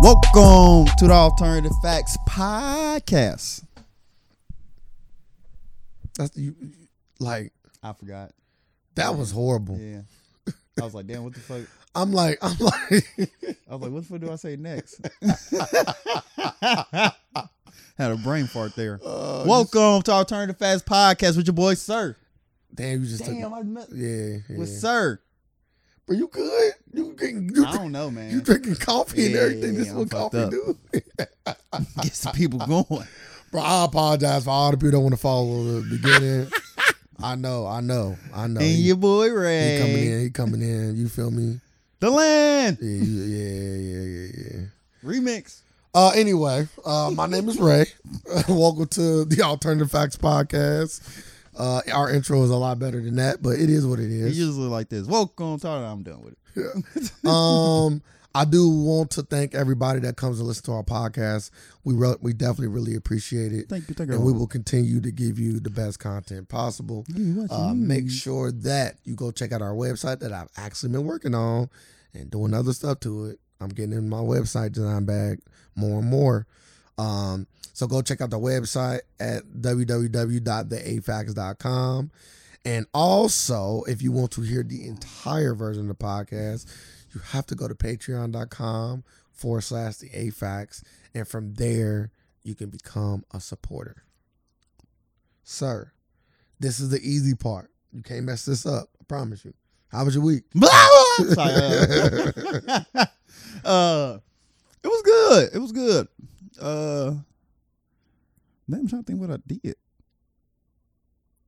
Welcome to the Alternative Facts Podcast. That's you. Like I forgot. that was horrible. Yeah. I was like, damn, what the fuck? I'm like, I'm like, I was like, what the fuck do I say next? Had a brain fart there. uh, Welcome to Alternative Facts Podcast with your boy Sir. you- damn, you just Damn, took. I met Yeah, yeah. with Sir. But you good? You drinking? You, I drink- don't know, you man. drinking coffee and Yeah, everything? This I'm is fucked what coffee up. do? Get some people going. Bro, I apologize for all the people that want to follow the beginning. I know, I know, I know. And your boy he, he coming Ray. in, he coming in. You feel me? The land. Yeah, you, yeah, yeah, yeah, yeah. Remix. Uh, anyway, uh, my name is Ray. Welcome to the Alternative Facts Podcast. Uh, our intro is a lot better than that, but it is what it It is. usually like this. Welcome to I'm done with it. um, I do want to thank everybody that comes to listen to our podcast. We re- we definitely really appreciate it, Thank you. Thank you. and we will continue to give you the best content possible. Uh, make sure that you go check out our website that I've actually been working on and doing other stuff to it. I'm getting in my website design bag more and more. Um, so go check out the website at www.theafax.com. And also, if you want to hear the entire version of the podcast, you have to go to patreon.com forward slash the AFAX. And from there, you can become a supporter. Sir, this is the easy part. You can't mess this up. I promise you. How was your week? Blah, blah. Sorry, uh, uh, it was good. It was good. Uh, man, I'm trying to think what I did.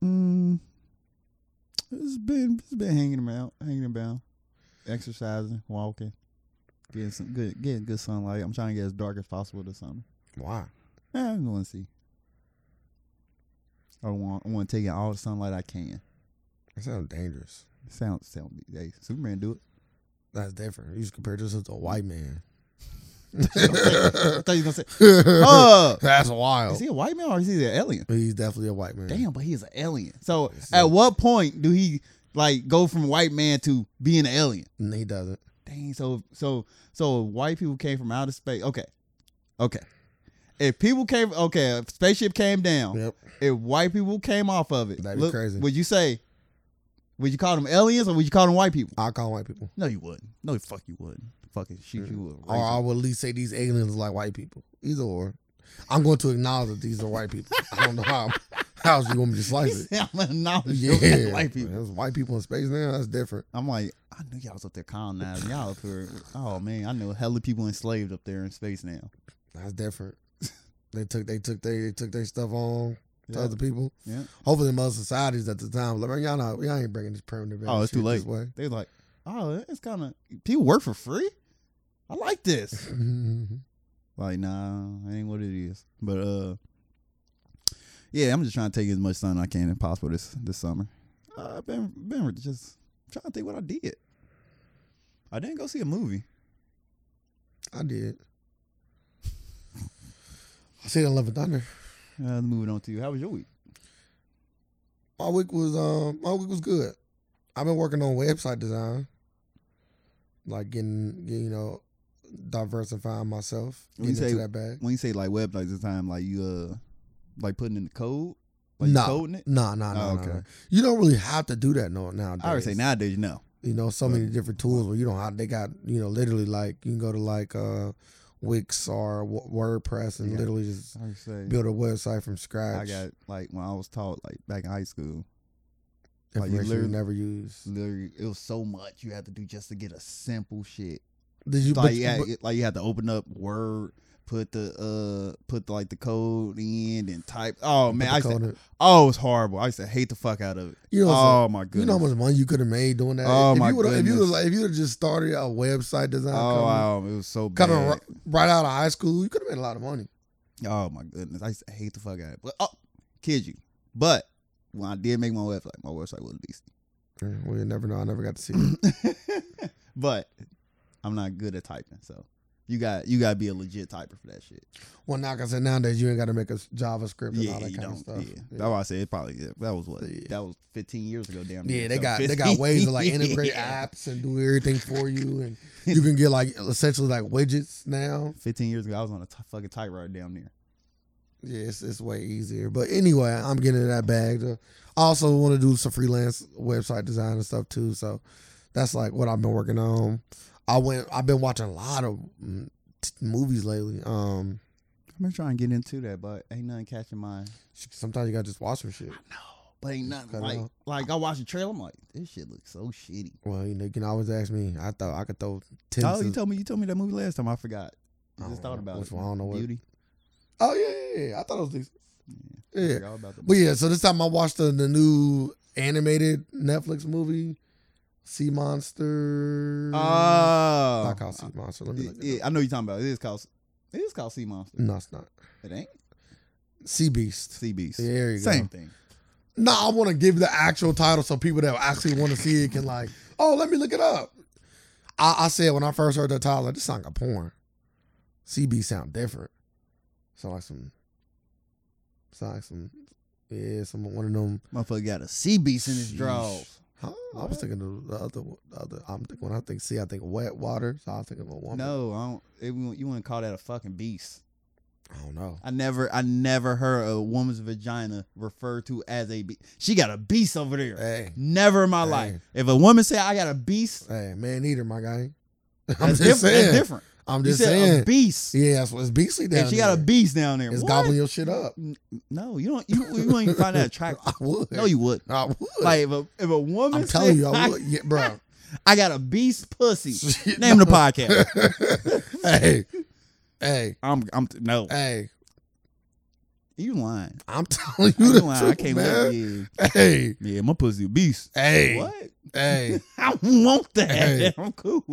Mm, it's been it's been hanging around, hanging about, exercising, walking, getting some good getting good sunlight. I'm trying to get as dark as possible this summer. Why? Eh, I'm going to see. I want I want to take in all the sunlight I can. That sounds dangerous. Sound sound. Hey, Superman do it. That's different. You just compared yourself to a white man. I thought you was gonna say, "Uh, That's is wild. he a white man or is he an alien?" He's definitely a white man. Damn, but he's an alien. So, Yes, at sir. what point do he like go from white man to being an alien? And he doesn't. Dang. So, so, so white people came from outer space. Okay, okay. If people came, okay, if spaceship came down. Yep. If white people came off of it, That'd be crazy. Would you say? Would you call them aliens or would you call them white people? I call white people. No, you wouldn't. No, fuck, you wouldn't. Mm. Oh, Fucking shoot you. a Or I would at least say these aliens are like white people. Either or. I'm going to acknowledge that these are white people. I don't know how how else you want me to slice it. racist. I'm an acknowledge you Yeah. white people. There's white people in space now. That's different. I'm like, I knew y'all was up there colonizing. Y'all up here. Oh man, I know hella people enslaved up there in space now. That's different. They took they took they, they took their stuff on to Yeah. other people. Yeah. Hopefully, most societies at the time, like, man, y'all not, y'all ain't bringing this primitive. Oh, it's shit too late. this way. They like, oh, it's kind of people work for free. I like this. Like, nah, ain't what it is. But uh, yeah, I'm just trying to take as much sun I can as possible this this summer. Uh, I've been been just trying to think what I did. I didn't go see a movie. I did. I see the Love and Thunder. Uh, moving on to you. How was your week? My week was um, my week was good. I've been working on website design, like getting, getting you know, diversifying myself, When you getting into say- that bag. When you say like web like this time, like you uh, like putting in the code, like you Nah. coding it. No, no, no, Oh, no, okay. no. You don't really have to do that no nowadays. I would say nowadays, you know. you know so many different tools where you don't have they got you know literally like you can go to like uh wix or w- wordpress and Yeah. literally just I would say build a website from I scratch got like when I was taught like back in high school, like, you information you literally- Mm. never use literally it was so much you had to do just to get a simple shit. did you like but, yeah, but- it- like you had to open up Word, put the uh put like the code in and type. Oh man, but I the used to, code- oh it was horrible. I used to hate the fuck out of it. you know what I'm saying? oh my goodness. you know how much money you could have made doing that Oh, if, my you would've- if you goodness. would like if you would have just started a website design oh company, wow, it was so bad. coming ri- right out of high school you could have made a lot of money Oh my goodness, I used to hate the fuck out of it. But oh, kid you. But when I did make my website, my website was decent. we never know i never got to see it. but I'm not good at typing, so You got you got to be a legit typer for that shit. Well, now, cause nowadays you ain't got to make a s- JavaScript and all Yeah, that you kind of don't. stuff. Yeah. that's why I said it probably yeah, that was what Yeah. that was 15 years ago. Damn. Yeah, near. they So got they 15 got ways to like integrate yeah. apps and do everything for you, and you can get like essentially like widgets now. 15 years ago, I was on a t- fucking typewriter down there. Yeah, it's, it's way easier. But anyway, I'm getting in that bag. I also want to do some freelance website design and stuff too. So that's like what I've been working on. I went. I've been watching a lot of mm, t- movies lately. Um, I've been trying to get into that, but ain't nothing catching my. sometimes you gotta just watch some shit. No, but ain't nothing Cut it like off. like I watched the trailer. I'm like, this shit looks so shitty. Well, you know, you can always ask me. I thought I could throw ten. Oh, you cents- told me you told me that movie last time. I forgot. I I just don't thought know about which it. one, I don't know what- Beauty. oh yeah, yeah, yeah. I thought it was decent. I Yeah, forgot about the But yeah, so this time I watched the, the new animated Netflix movie, Sea Monster. It's Oh, not called Sea Monster. Let me yeah, look it yeah, I know you're talking about. It is called. It is called Sea Monster. up. No, it's not. It ain't Sea Beast. Sea Beast. There you Same go. thing. No, I want to give the actual title so people that actually want to see it can like, oh, let me look it up. I, I said when I first heard the title, like, this sound like a porn. Sea Beast sound different. So like some, sound like some, yeah, some one of them. Motherfucker got a sea beast in his Sheesh. drawers. Huh? I was What? thinking of the other, one- the other. I'm thinking when I think sea, I think wet water. So I think of a woman. No, I don't. It, wouldn't- you wouldn't call that a fucking beast. I don't know. I never, I never heard a woman's vagina referred to as a beast. She got a beast over there. Hey, Never in my Hey. life. If a woman say I got a beast, hey, man eater, my guy. I'm that's, just diff- saying. that's different. I'm You just said saying. a beast, yeah, that's what it's beastly down and she got a there. beast down there. It's What? gobbling your shit up. No, you don't. You, you wouldn't find that attractive. I would. No, you would. I would. Like if a, if a woman, I'm telling said, you, I would. Yeah, bro. I got a beast pussy. Name the podcast. hey, hey, I'm, I'm no. hey. You lying? I'm telling You you the lying? truth, I can't man. wait. Yeah. Hey, Yeah, my pussy a beast. hey, What? hey. I want that. Hey. I'm cool.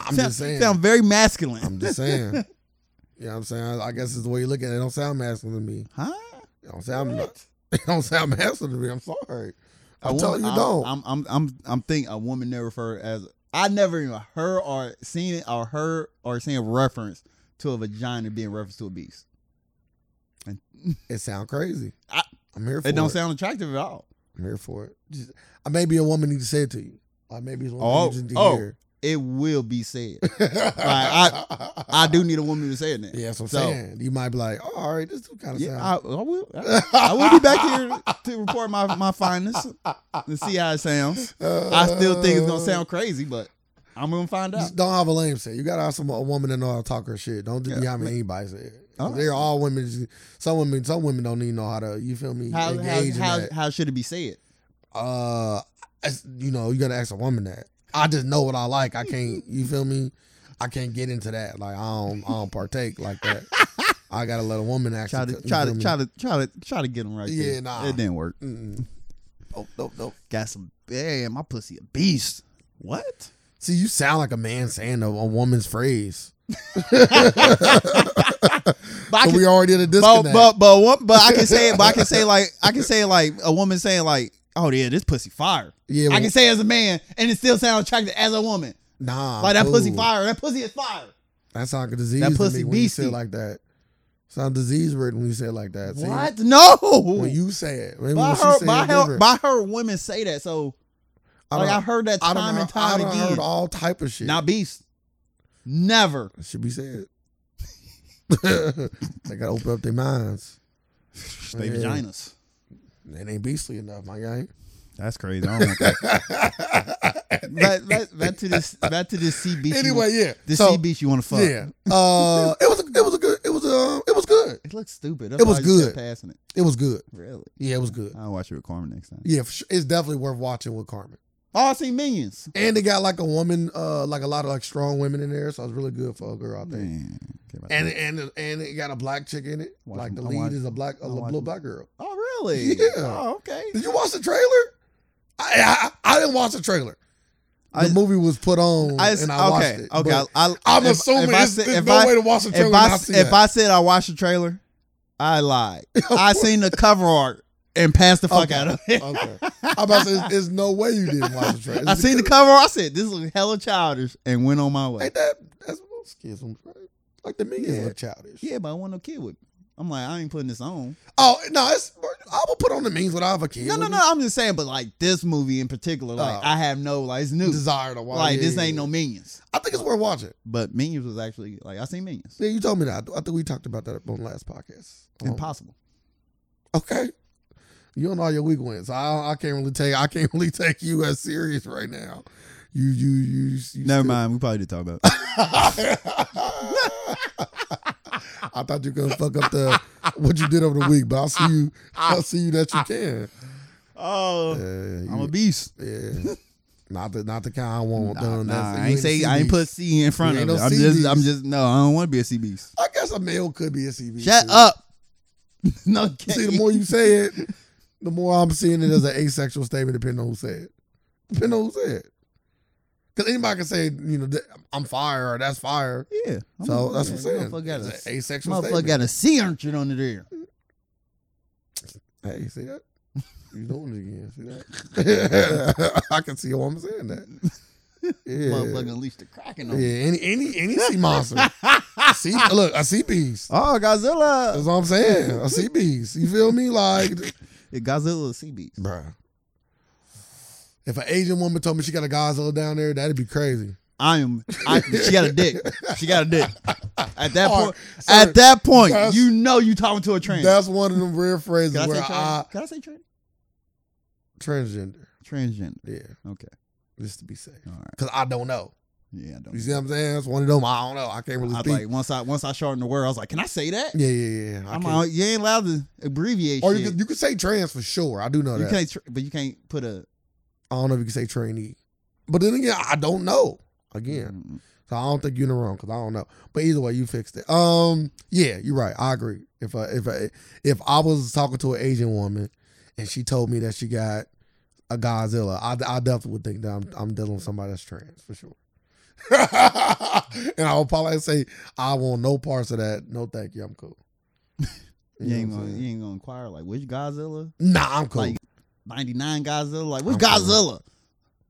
I'm sound, just saying. sound very masculine. I'm just saying. You know what I'm saying? I, I guess it's the way you look at it. It don't sound masculine to me. huh? It don't sound, What? it don't sound masculine to me. I'm sorry. A I'm telling you, woman- don't. I'm I'm I'm I'm thinking a woman never referred as I never even heard or seen it or heard or seen a reference to a vagina being referenced to a beast. it sound crazy. I, I- am here for it. It don't sound attractive at all. I'm here for it. Just, uh, maybe a woman needs to say it to you. Like maybe it's one Oh, oh, just need to oh. hear. It will be said. I- I do need a woman to say it. Now. Yeah, that's what I'm So- saying. You might be like, oh, all right, this dude kind of Yeah, I, sound. I will. I, I will be back here to report my my findings and see how it sounds. I still think it's gonna sound crazy, but I'm gonna find out. Just don't have a lame say. You gotta have some a woman that know how to talk her shit. Don't just be having anybody say it. All right. They're all women. just- Some women, some women don't even know how to. You feel me? How how, Engage in how, that. how should it be said? uh, it's- you know, you gotta ask a woman that. I just know what I like. I can't. You feel me? I can't get into that. Like I don't. I don't partake like that. I gotta let a woman actually Try to tell- you try feel to me? try to try to try to get them right. Yeah, there. nah. it didn't work. Mm-mm. Oh, nope, nope. Got some. Damn, my pussy a beast. What? See, you sound like a man saying a, a woman's phrase. But I So can, we already at a but, disconnect. but but what- but I can say it. But I can say like I can say like a woman saying like, oh yeah, this pussy fire. yeah, I well, can say as a man, and it still sounds attractive as a woman. nah, like that pussy cool. fire. That pussy is fire. That sound like a disease. That to pussy me when you beastie. say it like that. Sound disease word when you say it like that. See? What? No. When you say it, when, by when she her, say by it her, different. by her, women say that. So I like done- I heard that I time done and heard- I time done again. heard all type of shit. Not beast. Never. It should be said. they gotta open up their minds. They Yeah. vaginas. It ain't beastly enough, my guy. That's crazy. I don't want that. back, back, back to this. Back to this sea beast. anyway, yeah. this so, sea beast you want to fuck? yeah. Uh, it was a, it was a good it was uh, it was good. It looks stupid. It was why you kept good. Passing it. It was good. Really? Yeah, it was good. I'll watch it with Carmen next time. Yeah, for sure. it's definitely worth watching with Carmen. Oh, I seen minions. And they got like a woman, uh, like a lot of like strong women in there, so it's really good for a girl out there. Man. care about And that. and and it got a black chick in it. Watch like them- the I lead watch- is a black a I little watch little them. black girl. oh, really? Yeah. Oh, okay. Did you watch the trailer? I I, I didn't watch the trailer. The I- movie was put on I, and I watched okay. it. Okay. but I, I'm if- if assuming I it's, said- there's if no I- way to watch the trailer. if and I not see if that. I said I watched the trailer, I lied. I seen the cover art and passed the fuck Okay. out of it. okay, I'm about to say there's, there's no way you didn't watch the trailer. I seen the cover. art. I said this is hella childish and went on my way. Ain't that that's those kids, I'm right. Like the minions Yeah. look childish. Yeah, but I want no kid with me. I'm like, I ain't putting this on. Oh no, it's I will put on the means without a kid. No, no, with no. I'm just saying, but like this movie in particular, like Oh. I have no like it's me. new. Desire to watch. like Yeah, this yeah, ain't yeah. no minions. I think it's worth watching. But minions was actually like I seen minions. Yeah, you told me that. I think we talked about that on the last podcast. Um, Impossible. Okay. You don't know your weak wins. I I can't really take I can't really take you as serious right now. You you you, you Never still- mind. We probably did talk about. It. I thought you were gonna fuck up the what you did over the week, but I see you I see you that you can. oh, Uh, I'm you- a beast. yeah. Not the not the kind I want. Nah, done. nah, That's- I you ain't say a I ain't CB. put C in front You of ain't it. no I'm just I'm CBs. just no. I don't want to be a C beast. I guess a male could be a CB. Shut too. up. no. You Can't. See, the more you say it, the more I'm seeing it as an asexual statement, depending on who said it. Depending on who said it. Because anybody can say, you know, that I'm fire or that's fire. yeah. I'm So a- that's yeah, what I'm saying. Motherfucker got It's a, an asexual motherfucker statement. got a C urchin on it there. Hey, see that? You doing it again. See that? I can see a woman saying that. Motherfucker Yeah. unleashed the cracking Yeah, on. it. any any any sea monster. Sea, look, a sea beast. Oh, Godzilla. That's what I'm saying. A sea beast. You feel me? Like Yeah, Godzilla is sea beast. Bruh. If an Asian woman told me she got a Godzilla down there, that'd be crazy. I am. I, she got a dick. She got a dick. At that All point, right, so at that point, that's- you know you talking to a trans. That's one of them rare phrases Can I say where trans? I Can I say trans? transgender. Transgender. Yeah, Okay. just to be safe, All right. because I don't know. Yeah, I don't. You see what I'm saying? It's one of them. I don't know. I can't really I speak. like once I once I shortened the word, I was like, can I say that? yeah, yeah, yeah. I I'm can't. like, you ain't allowed to abbreviate. or shit. you could, you could say trans for sure. I do know You that. can't, tr- but you can't put a I don't know if you can say trainee, but then again, I don't know. Again, Mm, So I don't think you're in the wrong because I don't know. But either way, you fixed it. Um, yeah, you're right. I agree. If I, if I, if I was talking to an Asian woman and she told me that she got a Godzilla, I, I definitely would think that I'm, I'm dealing with somebody that's trans for sure. and I would probably say I want no parts of that. No, thank you. I'm cool. You You know ain't what I'm gonna saying? you ain't gonna inquire like which Godzilla? Nah, I'm cool. Like ninety nine Godzilla? Like which I'm cool. Godzilla?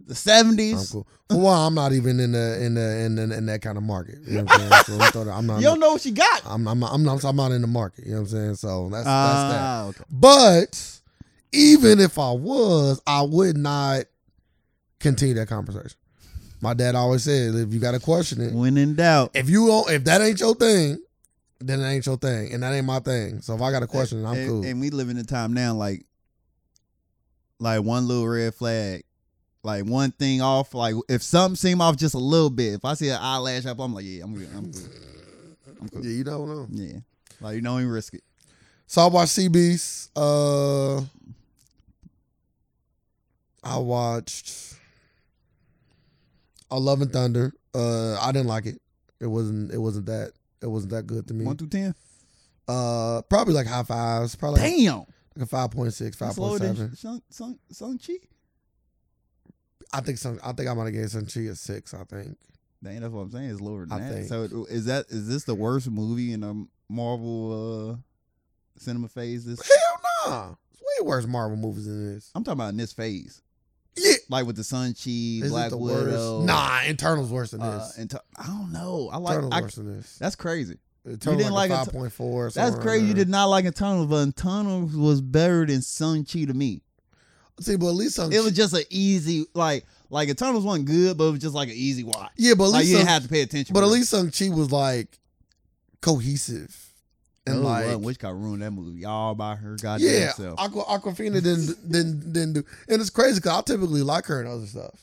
The I'm seventies? cool. For one, I'm not even in the in the in, in, in that kind of market. You know what I'm saying? So let's throw that- I'm not. You don't know what you got. I'm I'm I'm not, I'm not in the market. You know what I'm saying? So that's that's that. Ah, okay. But even if I was, I would not continue that conversation. My dad always said, if you got to question it, When in doubt, if you don't, if that ain't your thing, then it ain't your thing, and that ain't my thing. So if I got a question, I'm and, cool. and we live in a time now like, like one little red flag, like one thing off. Like if something seem off just a little bit, if I see an eyelash up, I'm like, yeah, I'm good. I'm good. I'm yeah, good. you don't know. Yeah, like you don't even risk it. So I watched Sea Beast. Uh, I watched I Love and Thunder. Uh, I didn't like it. It wasn't. It wasn't that. It wasn't that good to me. One through ten. Uh, probably like high fives. Probably like, Damn, like a five point six, five that's point lower seven. than Shang Shang Shang Chi. I think some. I think I might have gave Sun Chi a six. I think. Dang, that's what I'm saying. It's lower than I that. think. So it- is that is this the worst movie in the Marvel uh, cinema phase? This Hell nah. It's way worse Marvel movies than this. I'm talking about in this phase, Yeah. like with the Sun Chi, Is Black it the Widow. worst? Nah, Internal's worse than uh, this. and t- I don't know. I like Internal's I, worse than this. that's crazy. Eternal didn't like, like five point four. That's crazy. You did not like Eternals, but Eternals was better than Sun Chi to me. see, but at least some. It was just an easy like like Eternals wasn't good, but it was just like an easy watch. yeah, but at Like least you didn't some- have to pay attention. but at really. least Sung Chi was like cohesive and Oh, like well, which got ruined that movie all by her goddamn yeah, self. Aqua, Aquafina didn't didn't didn't do, and it's crazy because I typically like her in other stuff.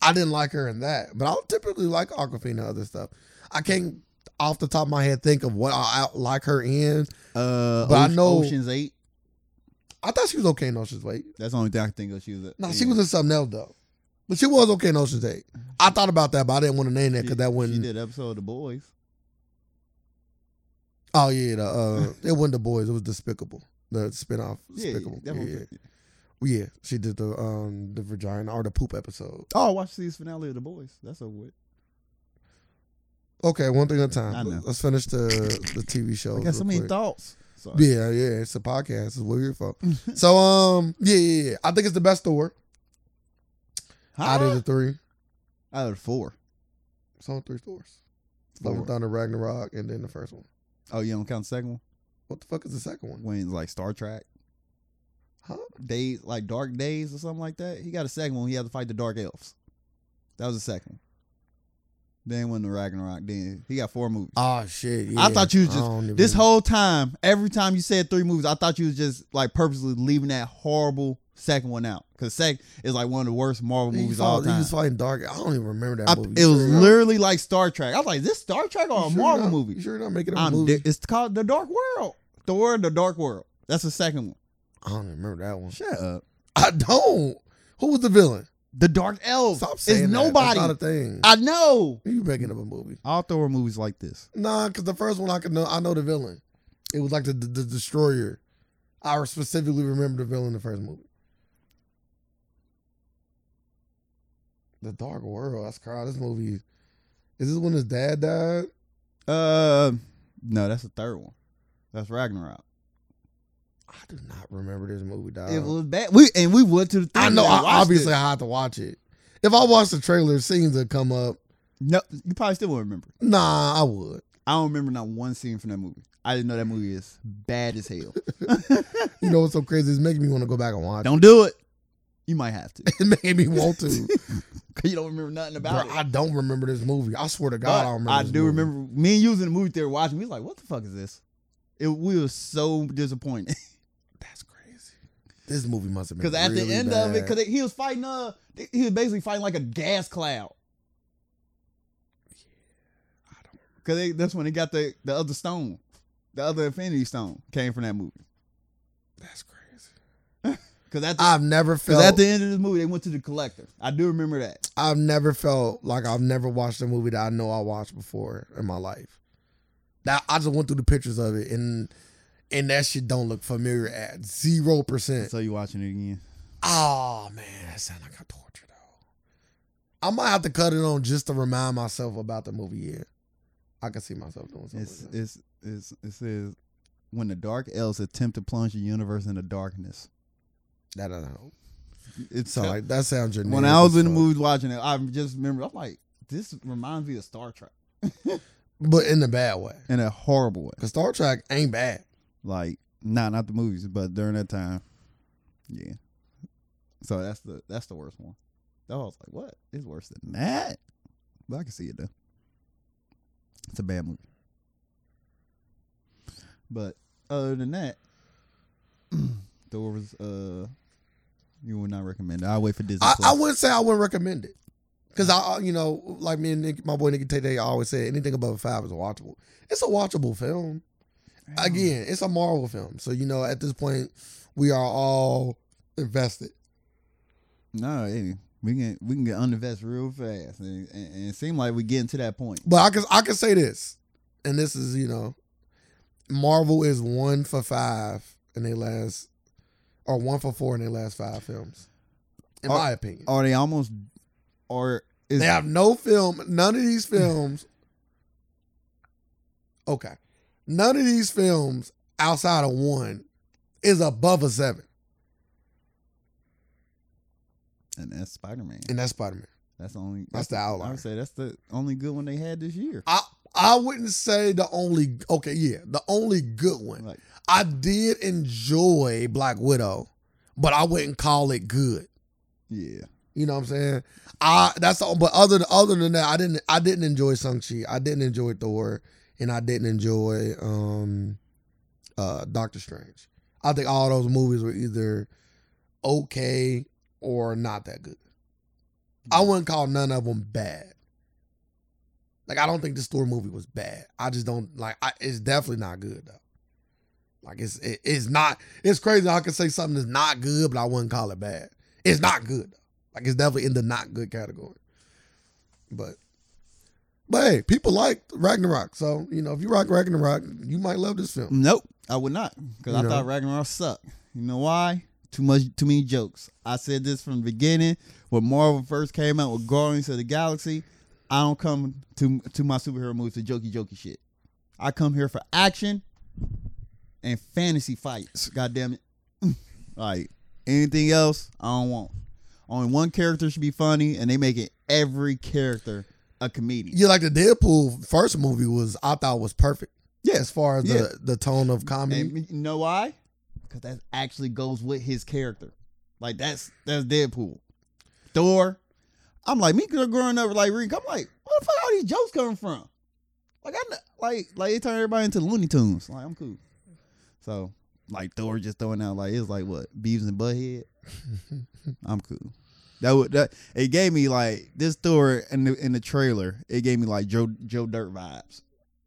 I didn't like her in that, but I typically like Aquafina in other stuff. I can't off the top of my head think of what I, I like her in. Uh, But I Oce- know- Ocean's Eight. I thought she was okay in Ocean's Eight. That's the only thing I can think of. She was. A, No, she was in something else though, but she was okay in Ocean's Eight. I thought about that, but I didn't want to name that because that She wouldn't. did episode of The Boys. Oh yeah, the, uh, it wasn't the boys. It was Despicable, the spinoff. Yeah, yeah, Despicable. that Yeah, one- yeah. yeah. She did the um the vagina or the poop episode. Oh, I watched the season finale of The Boys. That's so weird. Okay, one thing at a I know. time. Let's finish the the TV show. I got so many thoughts. Sorry. Yeah, yeah. It's a podcast. It's what we're here for. so um, yeah, yeah, yeah. I think it's the best store Huh? out of the three. Out of the four. It's on three stores. Love Four. and Thunder, Ragnarok, and then the first one. Oh, you don't count the second one What the fuck is the second one? when it's like Star Trek Huh? days, like Dark Days or something like that. He got a second one. He had to fight the Dark Elves. That was the second. one. Then when the Ragnarok, then he got four movies. Oh shit! I yeah. thought you was just- don't even- This whole time, every time you said three movies, I thought you was just like purposely leaving that horrible second one out because Sec is like one of the worst Marvel He movies fought- all He time. was fighting dark. I don't even remember that I- movie. it was Sure enough. literally like Star Trek. I was like, "Is this Star Trek or a You sure Oh, Marvel not- movie?" You sure not making up I'm a movie? di- it's called The Dark World. Thor: The Dark World. That's the second one. I don't even remember that one. Shut up. I don't. Who was the villain? The Dark Elves. Stop saying It's that. nobody. That's not a thing. I know. you making up a movie? All Thor movies like this. Nah, because the first one I could know. I know the villain. It was like the, the, the destroyer. I specifically remember the villain in the first movie. The Dark World. That's crazy. This movie. Is this when his dad died? Uh, no, that's the third one. That's Ragnarok. I do not remember this movie, dog. it was bad. We and we went to the. Oh. I theater know. and I, watched obviously, it. I had to watch it. If I watched the trailer, scenes that come up, No, you probably still won't remember. nah, I would. I don't remember not one scene from that movie. I didn't know that movie is bad as hell. You know what's so crazy? It's making me want to go back and watch. don't do it. You might have to it. It made me want to. because you don't remember nothing Bro, about it. I don't remember this movie. I swear to God, I But don't remember. I this do movie. remember me and you was in the movie theater watching. We was like, "What the fuck is this?" It, we were so disappointed That's crazy. This movie must have been because at really the end of it, bad. because he was fighting uh, he was basically fighting like a gas cloud. I don't- Because that's when they got the the other stone, the other Infinity Stone came from that movie. that's crazy. Because at the, I've never because felt. at the end of this movie, they went to the collector. I do remember that. I've never felt like I've never watched a movie that I know I watched before in my life. That I just went through the pictures of it and and that shit don't look familiar at zero percent. So you watching it again? Oh man, that sound like a torture though. I might have to cut it on just to remind myself about the movie. Yeah, I can see myself doing something. It's like that. it's it's it says when the dark elves attempt to plunge the universe into darkness. that doesn't help. It's So like that sounds generic. when I was as in the fuck. movies watching it, I just remember I'm like, this reminds me of Star Trek but in a bad way. in a horrible way. Cause Star Trek ain't bad. Like, nah, not the movies, but during that time, yeah. So that's the that's the worst one. That was like, what? It's worse than that. But I can see it though. It's a bad movie. But other than that, Thor was uh, you would not recommend. it. I'll wait for Disney. I, I Plus. wouldn't say I wouldn't recommend it. Cause I, I- you know, like me and Nick, my boy Nicky Tay Tay always said, anything above a five is watchable. It's a watchable film. Again, it's a Marvel film, so you know at this point we are all invested. No, hey, we can we can get uninvest real fast, and, and, and it seemed like we getting to that point. But I can I can say this, and this is you know, Marvel is one for five in their last, or one for four in their last five films, in Are- my opinion. Are they almost? Or is They have no film. None of these films. Okay, none of these films outside of one is above a seven, and that's Spider Man. and that's Spider Man. That's the only. That's the I outlier. would say that's the only good one they had this year. I I wouldn't say the only. Okay, yeah, the only good one. Like I did enjoy Black Widow, but I wouldn't call it good. yeah, You know what I'm saying? I that's all. But other than other than that, I didn't I didn't enjoy Shang Chi. I didn't enjoy Thor, and I didn't enjoy um, uh, Doctor Strange. I think all those movies were either okay or not that good. I wouldn't call none of them bad. Like I don't think this Thor movie was bad. I just don't like. I, it's definitely not good though. Like it's it, it's not. It's crazy. I can say something that's not good, but I wouldn't call it bad. It's not good. Though. Like it's definitely in the not good category. But but hey, people like Ragnarok. So you know, if you rock Ragnarok, you might love this film. nope, I would not because I No. thought Ragnarok sucked. You know why? Too much, too many jokes. I said this from the beginning when Marvel first came out with Guardians of the Galaxy. I don't come to to my superhero movies to jokey jokey shit. I come here for action and fantasy fights. God damn it. like anything else, I don't want. Only one character should be funny, and they make it every character a comedian. Yeah, like the Deadpool first movie was I thought was perfect. Yeah, as far as Yeah. the the tone of comedy. And you know why? Because that actually goes with his character. Like that's that's Deadpool. Thor. I'm like me gr- growing up like Rick. I'm like, where the fuck all these jokes coming from? Like I kn- like like it turned everybody into Looney Tunes. Like I'm cool. So like Thor just throwing out like it's like what Beavis and Butthead. I'm cool. That would that it gave me like this Thor in the in the trailer. It gave me like Joe Joe Dirt vibes.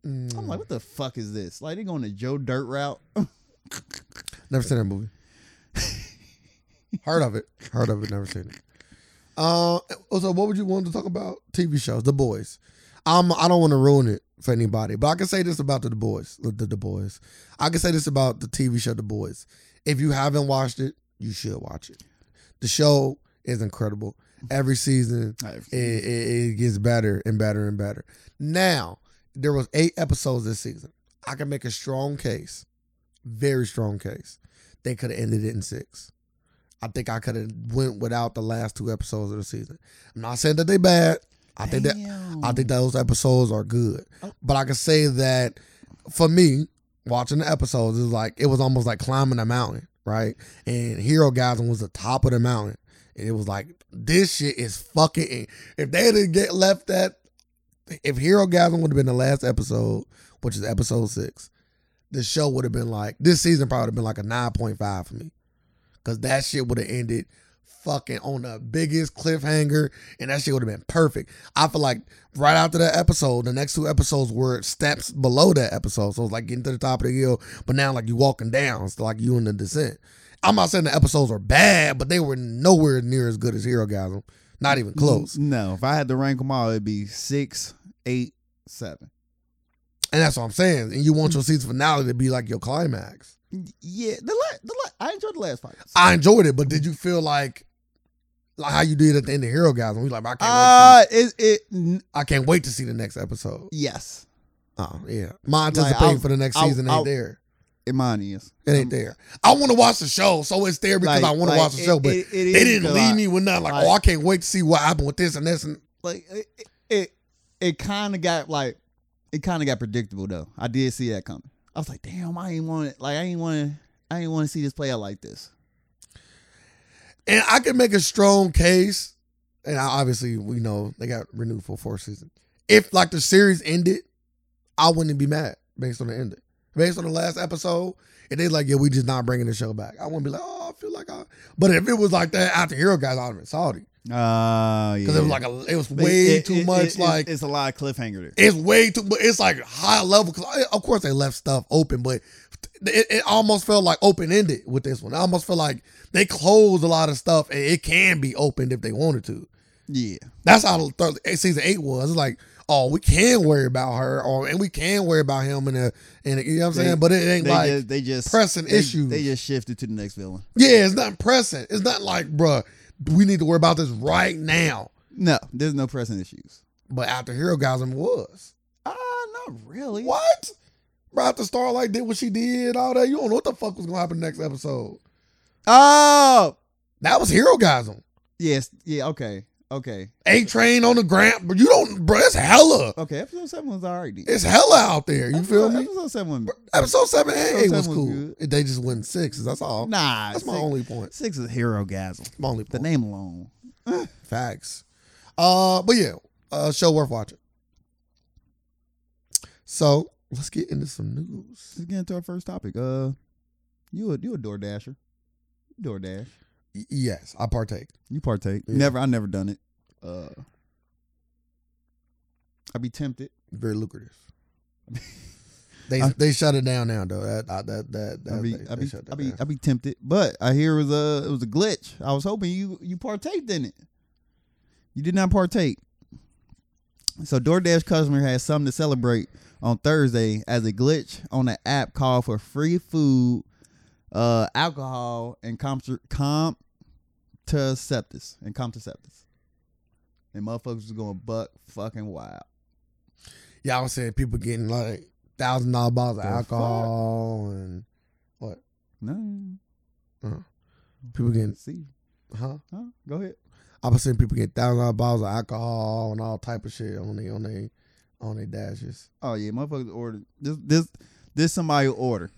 Mm. I'm like, what the fuck is this? Like they going the Joe Dirt route? Never seen that movie. Heard of it. Heard of it. Never seen it. Uh, so what would you want to talk about? TV shows, The Boys. Um, I don't want to ruin it for anybody, but I can say this about The Boys. The, the Boys. I can say this about the TV show The Boys. If you haven't watched it, you should watch it. The show is incredible. Every season, it, it, it gets better and better and better. Now, there was eight episodes this season. I can make a strong case, very strong case. They could have ended it in six. I think I could have went without the last two episodes of the season. I'm not saying that they bad. I think that I think those episodes are good. Mm. Oh. But I can say that for me, watching the episodes is like it was almost like climbing a mountain, right? And Hero Gasm was the top of the mountain. And it was like, this shit is fucking in- if they didn't get left that if Hero Gasm would have been the last episode, which is episode six, the show would have been like this season probably would have been like a nine point five for me. Cause that shit would have ended fucking on the biggest cliffhanger and that shit would have been perfect. I feel like right after that episode, the next two episodes were steps below that episode. So it's like getting to the top of the hill, but now like you walking down. It's like you in the descent. I'm not saying the episodes are bad, but they were nowhere near as good as Hero Gasm. Not even close. No, if I had to rank them all, it'd be six, eight, seven. And that's what I'm saying. And you want your season finale to be like your climax. Yeah, the la- the la- I enjoyed the last fight. I enjoyed it, but did you feel like like how you did at the end of Hero Gasm? We like I can't wait Uh, it, it n- to, I can't wait to see the next episode. yes, Oh yeah. My Like, anticipation I'll- for the next I'll- season ain't I'll- there. in mine is. It ain't there. I want to watch the show, so it's there because I Like- want like, to watch the it- show. But it- it they is didn't a leave lot. me with nothing like, Like- oh, I can't wait to see what happened with this and this. And Like it, it, it, kind of got like, it kind of got predictable though. I did see that coming. I was like, damn, I ain't want it. Like I ain't want to. I ain't want to see this play out like this. and I can make a strong case, and I, obviously we know they got renewed for a fourth season. If like the series ended, I wouldn't be mad based on the ending, based on the last episode. If they like, yeah, we just not bringing the show back, I wouldn't be like, oh, I feel like I. But if it was like that after Hero guys, I'd have been salty Uh, yeah. because it was like a, it was But way it- too it- much it- it's- like it's, a lot of cliffhanger there. It's way too, but it's like high level. Cause I- of course they left stuff open, but it, it almost felt like open ended with this one. I almost felt like they closed a lot of stuff, and it can be opened if they wanted to. Yeah, That's how the third, eh, season eight was. It's like, oh, we can worry about her, or and we can worry about him, and a, and a, you know what I'm They- saying. But it ain't they like just they just pressing they, issues. They just shifted to the next villain. yeah, it's not pressing. It's not like, bruh, we need to worry about this right now. No, there's no pressing issues. But after Hero Gasm was. Ah, not really. What? Bro, after Starlight did what she did, all that, you don't know what the fuck was gonna happen next episode. Oh, That was Hero Gasm. yes, yeah, okay, okay, A train on the ground, but you don't, bro, it's hella. okay. Episode seven was already. It's hella out there. You feel episode, me? Episode seven. Bro, Episode 7 and 8 Episode was seven was cool. They just went sixes. That's all. Nah, That's my six, only point. six is hero gasm. My only The point. name alone. Facts. Uh, but yeah, uh, show worth watching. So let's get into some news. Let's get into our first topic. Uh, you a you a door dasher? Door dash. Y- yes, I partake. You partake. Yeah. Never. I never done it. Uh, I'd be tempted. very lucrative. they they shut it down now though. That I, that that, that I'd be, they, I'd they be, shut that I'd be, down. I'd be tempted, but I hear it was a, it was a glitch. I was hoping you, you partaked in it. You did not partake. So DoorDash customer had something to celebrate on Thursday as a glitch on the app called for free food, uh, alcohol, and comp- contraceptives and contraceptives. And motherfuckers was going buck fucking wild. Y'all was saying people getting like thousand dollar bottles of The fuck? alcohol and No, Uh-huh. people getting see, huh. huh? Go ahead. I've seen people get thousand dollar bottles of alcohol and all type of shit on the on they on their dashes. Oh yeah, motherfuckers order this this this somebody order.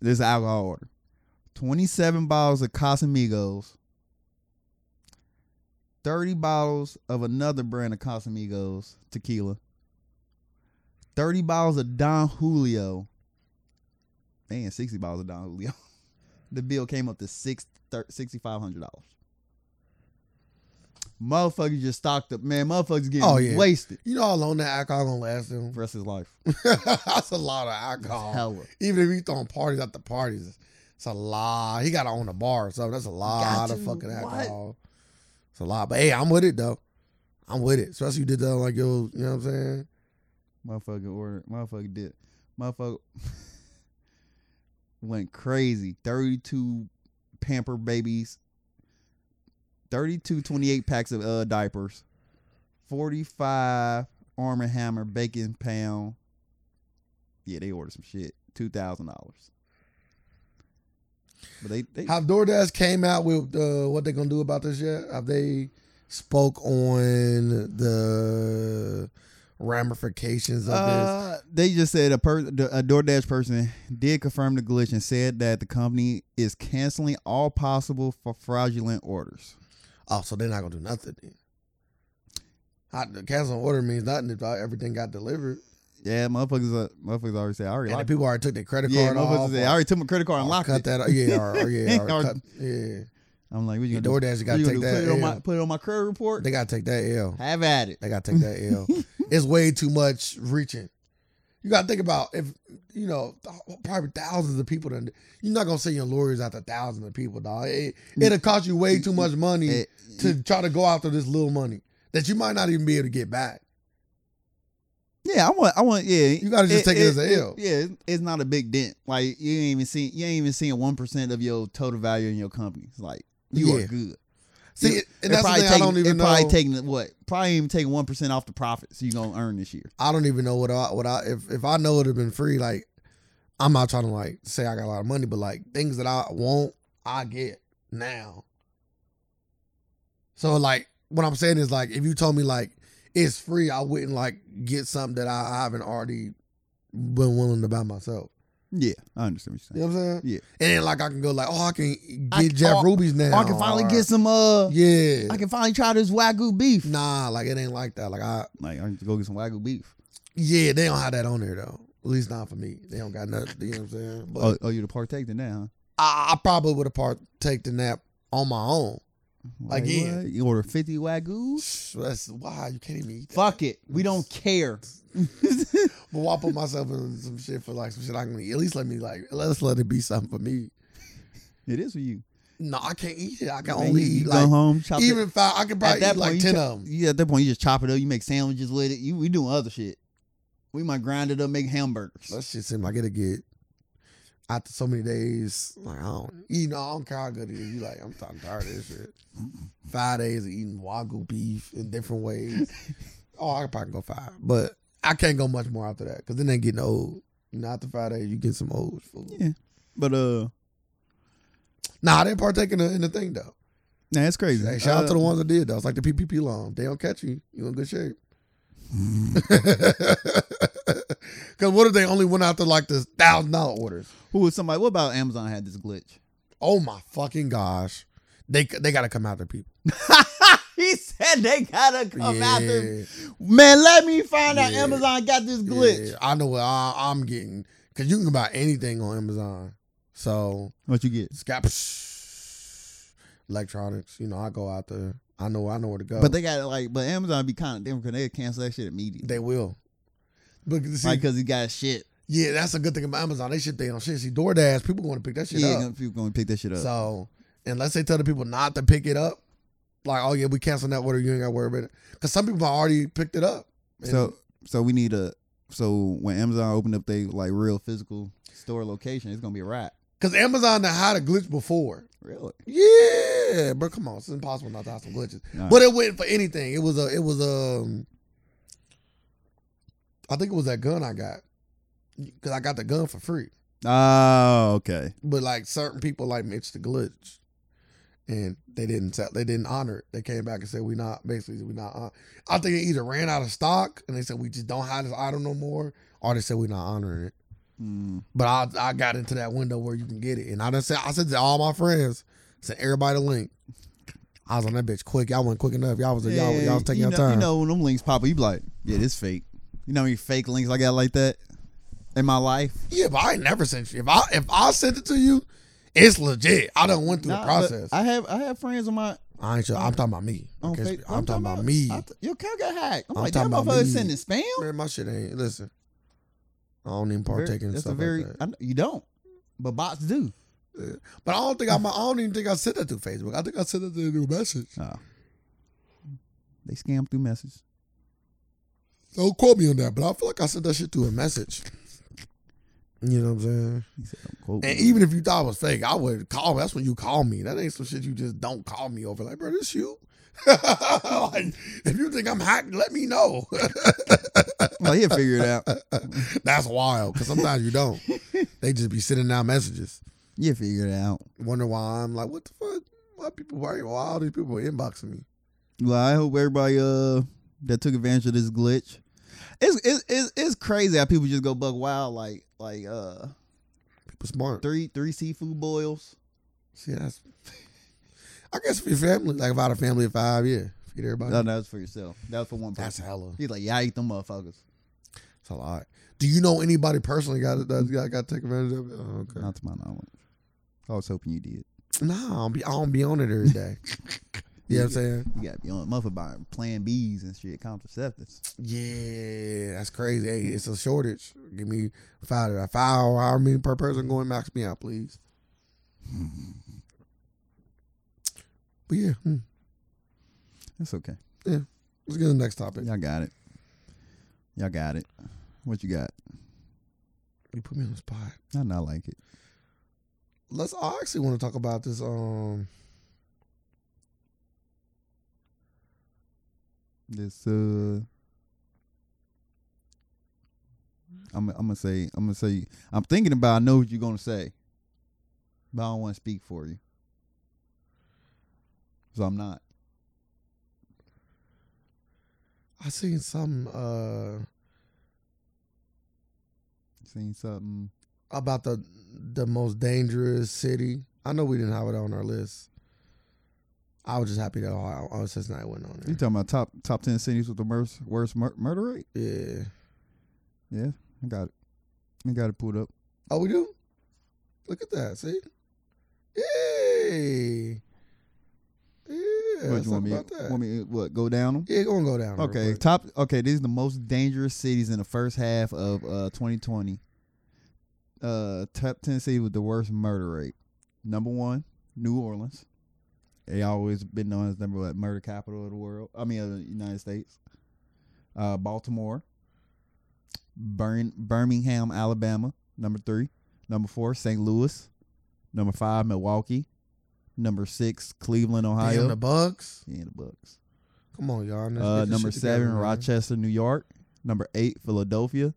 This alcohol order. Twenty seven bottles of Casamigos. Thirty bottles of another brand of Casamigos tequila. Thirty bottles of Don Julio. And sixty bottles of Don Julio. The bill came up to six sixty five hundred dollars. Motherfuckers just stocked up, man. Motherfuckers getting Oh, yeah. wasted You know how long that alcohol gonna last them? for the rest of his life. That's a lot of alcohol. Hella. Even if you throwing parties after parties, it's a lot. He got to own a bar, so that's a lot Got of to. fucking What? alcohol. It's a lot, but hey, I'm with it though. I'm with it. Especially you did that like yo, you know what I'm saying? Motherfucker ordered. Motherfucker did. Motherfucker went crazy. 32 pamper babies. 32 28 packs of uh, diapers. 45 Arm & Hammer bacon pound. Yeah, they ordered some shit. $2,000. But they, they Have DoorDash came out with uh, what they gonna do about this yet? Have they spoke on the ramifications of this? Uh, they just said a, per- a DoorDash person did confirm the glitch and said that the company is canceling all possible for fraudulent orders. Oh, so they're not gonna do nothing. Then. How- the cancel order means nothing if uh, everything got delivered. Yeah, motherfuckers, uh, motherfuckers already said I already And the locked. people already took their credit yeah, card motherfuckers off. said or- I already took my credit card and or locked Oh, cut it. that. Out. Yeah, or, or yeah, or Or- cut, yeah. I'm like, what you The gonna do? DoorDash What got you to gonna take do? Put it on my that. L. put it on my credit report. They got to take that L. Have at it. They got to take that L. it's way too much reaching. You got to think about if you know th- probably thousands of people. Done, you're not gonna send your lawyers out to thousands of people, dog. It, it'll cost you way too much money It- to try to go after this little money that you might not even be able to get back. yeah, I want, I want, yeah. You gotta just take it as a L. Yeah, it- it's not a big dent. Like you ain't even seeing, you ain't even seeing one percent of your total value in your company. It's like you Yeah. are good. See, It- and it that's the probably thing I taking- don't even it know. probably taking the- what? Probably even taking one percent off the profits you gonna earn this year. I don't even know what I what I if if I know it'd have been free, like I'm not trying to like say I got a lot of money, but like things that I want, I get now. So like what I'm saying is like if you told me like it's free, I wouldn't like get something that I, I haven't already been willing to buy myself. Yeah, I understand what You you're know what I'm saying? Yeah. And then like I can go like, oh I can get I- Jeff oh, Ruby's now. saying. I can finally or- get some. Uh, Yeah. I can finally try this wagyu beef. nah, like it ain't like that. Like I Like I need to go get some wagyu beef. Yeah, they don't have that on there though. At least not for me. They don't got nothing. You know what I'm saying? But Oh, oh you the partake in that, huh? I, I probably would have partaked in that on my own. Like, Again. what? you order fifty wagyus. That's why you can't even eat. That. Fuck it, we don't care. But why put myself in some shit for like some shit I can eat? At least let me like let's let it be something for me. it is for you. No, I can't eat it. I can Man, only you- you eat go like home, chop it. even five. I can probably At that eat like point, ten you of them. Yeah, at that point you just chop it up. You make sandwiches with it. You we doing other shit. We might grind it up, make hamburgers. That shit seems like it'll get after so many days. Like I don't, you know, I don't care how good it is. You like I'm tired tired of this shit. Five days of eating wagyu beef in different ways. Oh, I could probably go five, but I can't go much more after that because then they getting old. You know, after five days, you get some old food. Yeah. But uh, Nah, they partaking in the thing though. nah, it's crazy. Hey, shout out Uh, to the ones that did though. It's like the PPP loan. They don't catch you. You in good shape. Because what if they only went after like the thousand dollar orders? Who was somebody? What about Amazon had this glitch? Oh my fucking gosh. They they gotta come after people. he said they gotta come yeah, after. Man, let me find out Yeah. Amazon got this glitch. yeah. I know what I, I'm getting because you can buy anything on Amazon. So What you get? it's got electronics. You know, I go out there. I know I know where to go. But they got like, but Amazon be kind of different because they cancel that shit immediately. they will. But see, Like uh, 'cause he got shit. yeah, that's a good thing about Amazon. They shit they on shit. See, DoorDash people going to pick that shit yeah, up. gonna- people gonna pick that shit up. So unless they tell the people not to pick it up, like oh yeah, we canceling that order. You ain't got to worry about it because some people already picked it up. And- So so we need a so when Amazon opened up they like real physical store location, it's gonna be a wrap. Cause Amazon done had a glitch before. Really? Yeah, bro, come on, it's impossible not to have some glitches. Nah. But it wasn't for anything. It was a, it was um, I think it was that gun I got, cause I got the gun for free. Oh, okay. But like certain people like it's the glitch, and they didn't tell, they didn't honor it. They came back and said we not basically we not. Hon-. I think they either ran out of stock and they said we just don't have this item no more, or they said we're not honoring it. Mm. But I I got into that window where you can get it, and I done said I said to all my friends, I sent everybody the link. I was on that bitch quick. Y'all wasn't quick enough. Y'all was y'all, y'all was taking you your know, time. You know when them links pop up, you be like, yeah, this fake. You know how many fake links I got like that in my life? Yeah, but I ain't never sent you. If I if I sent it to you, it's legit. I done went through Nah, the but process. I, I have I have friends on my ain't sure. I'm talking about me. on Okay, Facebook. I'm, talking about, me. I t- your account got hacked. I'm, I'm like, that talking about motherfucker me. sending spam. Man, my shit ain't. Listen, I don't even Very- partake in that's a stuff very like that. I kn- you don't, but bots do. But I don't think I'm. I don't even think I sent that to Facebook. I think I sent it to a new message. Oh. They scam through messages. Don't quote me on that, but I feel like I sent that shit to a message. You know what I'm saying? He said, don't quote And me. even if you thought it was fake, I would call. That's when you call me. That ain't some shit you just don't call me over. Like, bro, this you. like, if you think I'm hacked, let me know. Well, he'll figure it out. That's wild because sometimes you don't. They just be sending out messages. You'll figure it out. Wonder why I'm like, what the fuck? Why people? Why, why all these people inboxing me? Well, I hope everybody uh that took advantage of this glitch. It's it's it's, it's crazy how people just go buck wild like like uh People smart. three three seafood boils. See, that's. I guess for your family, like if I had a family of five, yeah, feed everybody. No, no, that was for yourself. That was for one That's person. hella. He's like, yeah, I ate them motherfuckers. That's a lot. Do you know anybody personally got that got got taken advantage of? it? Oh, okay. Not to my knowledge. I was hoping you did. Nah, I don't be, I don't be on it every day. you know what I'm saying? You gotta be on motherfucker buying plan B's and shit, contraceptives. Yeah, that's crazy. Hey, it's a shortage. Give me five, five, however many per person going, max me out, please. But yeah, hmm, That's okay. let's get to the next topic. Y'all got it. Y'all got it. What you got? You put me on the spot. I know I like it. Let's. I actually want to talk about this. Um, This uh I'm I'm gonna say I'm gonna say I'm thinking about I know what you're gonna say. But I don't wanna speak for you. So I'm not. I seen some uh Seen something about the the most dangerous city. I know we didn't have it on our list. I was just happy that Ohio, oh, Cincinnati went on you there. talking about top top ten cities with the worst worst mur- murder rate? Yeah. Yeah, I got it. I got it pulled up. Oh, we do? Look at that. See? Yay. Yeah. what Let's you talk want me? about that. Want me? What go down 'em? yeah, go and go down. real Okay, quick. top. Okay, these are the most dangerous cities in the first half of uh 2020. Uh, top ten cities with the worst murder rate. Number one, New Orleans. They always been known as number one murder capital of the world. I mean, of the United States. Uh, Baltimore. Burn, Birmingham, Alabama. Number three. Number four, St. Louis. Number five, Milwaukee. Number six, Cleveland, Ohio. Damn, the Bucks. yeah, the Bucks. Come on, y'all. Let's Uh, get this number shit together, seven, man. Rochester, New York. Number eight, Philadelphia.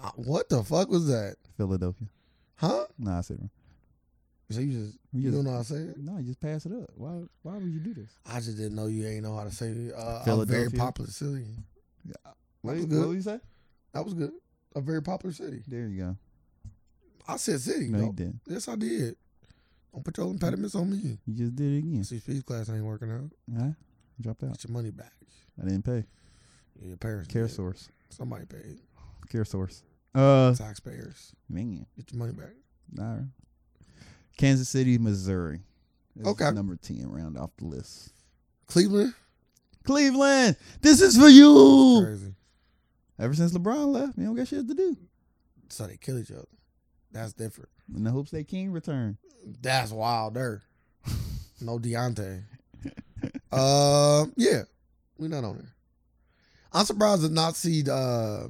Uh, What the fuck was that? Philadelphia. Huh? Nah, I said it wrong. So you just, You you just- don't know how to say it? No, you just pass it up. Why? Why would you do this? I just didn't know you ain't know how to say it. Uh, a very Philadelphia. popular city. What, was what good. would you say? That was good. A very popular city. There you go. I said city. No, you though. didn't. Yes, I did. Don't put your impediments on me. You just did it again. CP's class ain't working out. Huh? Dropped out. Get your money back. I didn't pay. Your parents. Care did. source. Somebody paid. Care source. Uh, Taxpayers. man. Get your money back. All right. Kansas City, Missouri. This is Okay. Number ten, round off the list. Cleveland. Cleveland, this is for you. Crazy. Ever since LeBron left, you don't got shit to do. So they kill each other. That's different. In the hopes they can return. That's wilder. No Deontay. uh, yeah. We're not on there. I'm surprised to not see the, uh,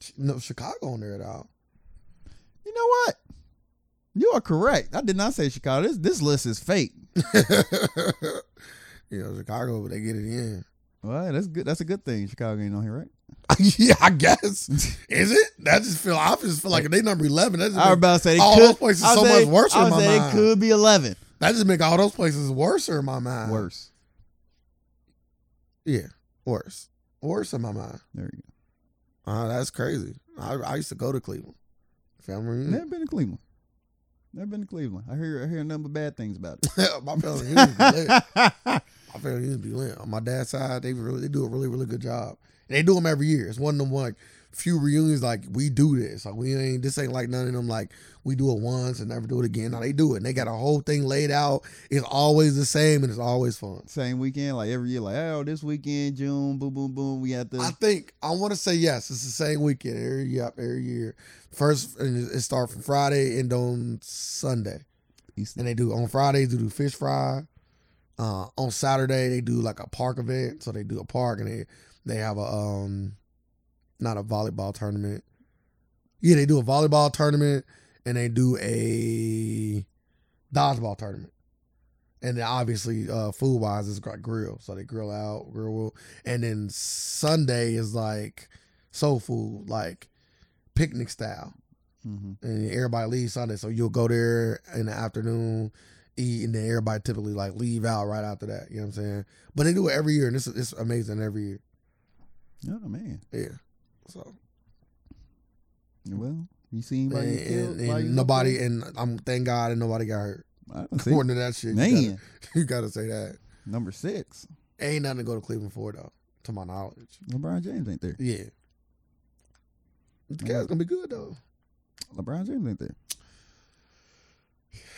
Ch- no Chicago on there at all. You know what? You are correct. I did not say Chicago. This this list is fake. you know, Chicago, but they get it in. Well, that's good. That's a good thing. Chicago ain't on here, right? yeah, I guess. Is it? That just feel. I just feel like if they number eleven. That just I was about to say they all could. those places I so would say- much worse I in would my say mind. it could be eleven. That just make all those places worse in my mind. Worse. Yeah, worse. Worse in my mind. There you Uh, that's crazy. I, I used to go to Cleveland. Family go. reunion. Never been to Cleveland. Never been to Cleveland. I hear I hear a number of bad things about it. my family used to be lit. My family used to be lit. On my dad's side, they really they do a really really good job. And they do them every year. It's one of them like few reunions like we do this. Like we ain't this ain't like none of them like we do it once and never do it again. Now they do it. And they got a whole thing laid out. It's always the same and it's always fun. Same weekend, like every year, like oh, this weekend, June, boom, boom, boom. We got the I think I want to say yes. It's the same weekend every year. Every year, first and it starts from Friday and on Sunday. Easter. And they do on Fridays they do fish fry. Uh, on Saturday they do like a park event, so they do a park and they they have a um, not a volleyball tournament. Yeah, they do a volleyball tournament and they do a dodgeball tournament. And then obviously, uh, food wise, it's like grill, so they grill out, grill. And then Sunday is like soul food, like picnic style hmm and everybody leaves Sunday. So you'll go there in the afternoon, eat, and then everybody typically like leave out right after that. You know what I'm saying? But they do it every year, and it's it's amazing every year. Oh man. Yeah. So Well, you see anybody and, get killed? and- and while you up Eh, nobody there? and I'm thank God and nobody got hurt. I don't see. According to that shit, Man, You, gotta, you gotta say that number six. ain't nothing to go to Cleveland for though, to my knowledge. LeBron James ain't there. Yeah. The Cavs gonna be good though. LeBron James ain't there.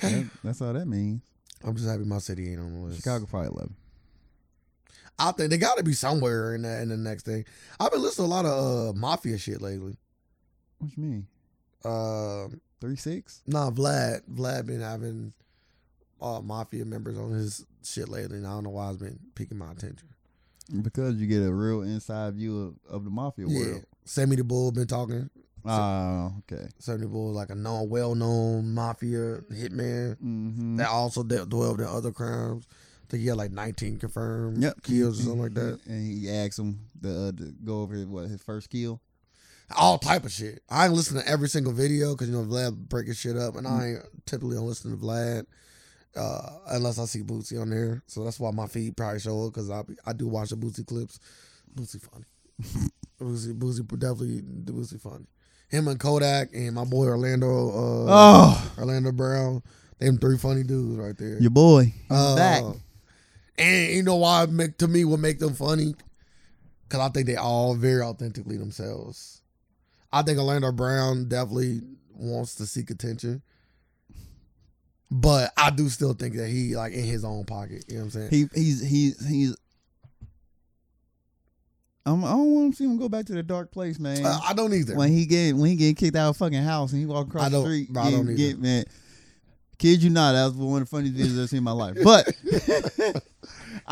That- that's all that means. I'm just happy my city ain't on the list. Chicago probably eleven. I think they got to be somewhere in that in the next thing. I've been listening to a lot of uh, mafia shit lately. What you mean? Uh, Three six? nah, Vlad. Vlad been having uh, mafia members on his shit lately, and I don't know why it's been piquing my attention. Because you get a real inside view of, of the mafia Yeah, world. Sammy the Bull been talking. Oh, okay. Sammy the Bull is like a known, well-known mafia hitman Mm-hmm. that also de- dwelled in other crimes. I think he had like 19 confirmed Yep. Mm-hmm. kills or something like that. And he asked him to, uh, to go over his, what his first kill. All type of shit. I ain't listen to every single video because you know Vlad breaking shit up, and I ain't typically don't listen to Vlad uh, unless I see Bootsy on there. So that's why my feed probably show up because I be- I do watch the Bootsy clips. Bootsy funny. Bootsy Bootsy definitely Bootsy funny. Him and Kodak and my boy Orlando uh, Oh, Orlando Brown. Them three funny dudes right there. your boy. He's Uh, back. And you know why it make, to me what make them funny? Cause I think they all very authentically themselves. I think Orlando Brown definitely wants to seek attention. But I do still think that he like in his own pocket. You know what I'm saying? He he's he's he's I'm, I don't want to see him go back to the dark place, man. Uh, I don't either. when he get when he get kicked out of fucking house and he walk I across the don't- street, bro, I don't and either. get man. Kid you not, that was one of the funniest things I've seen in my life. But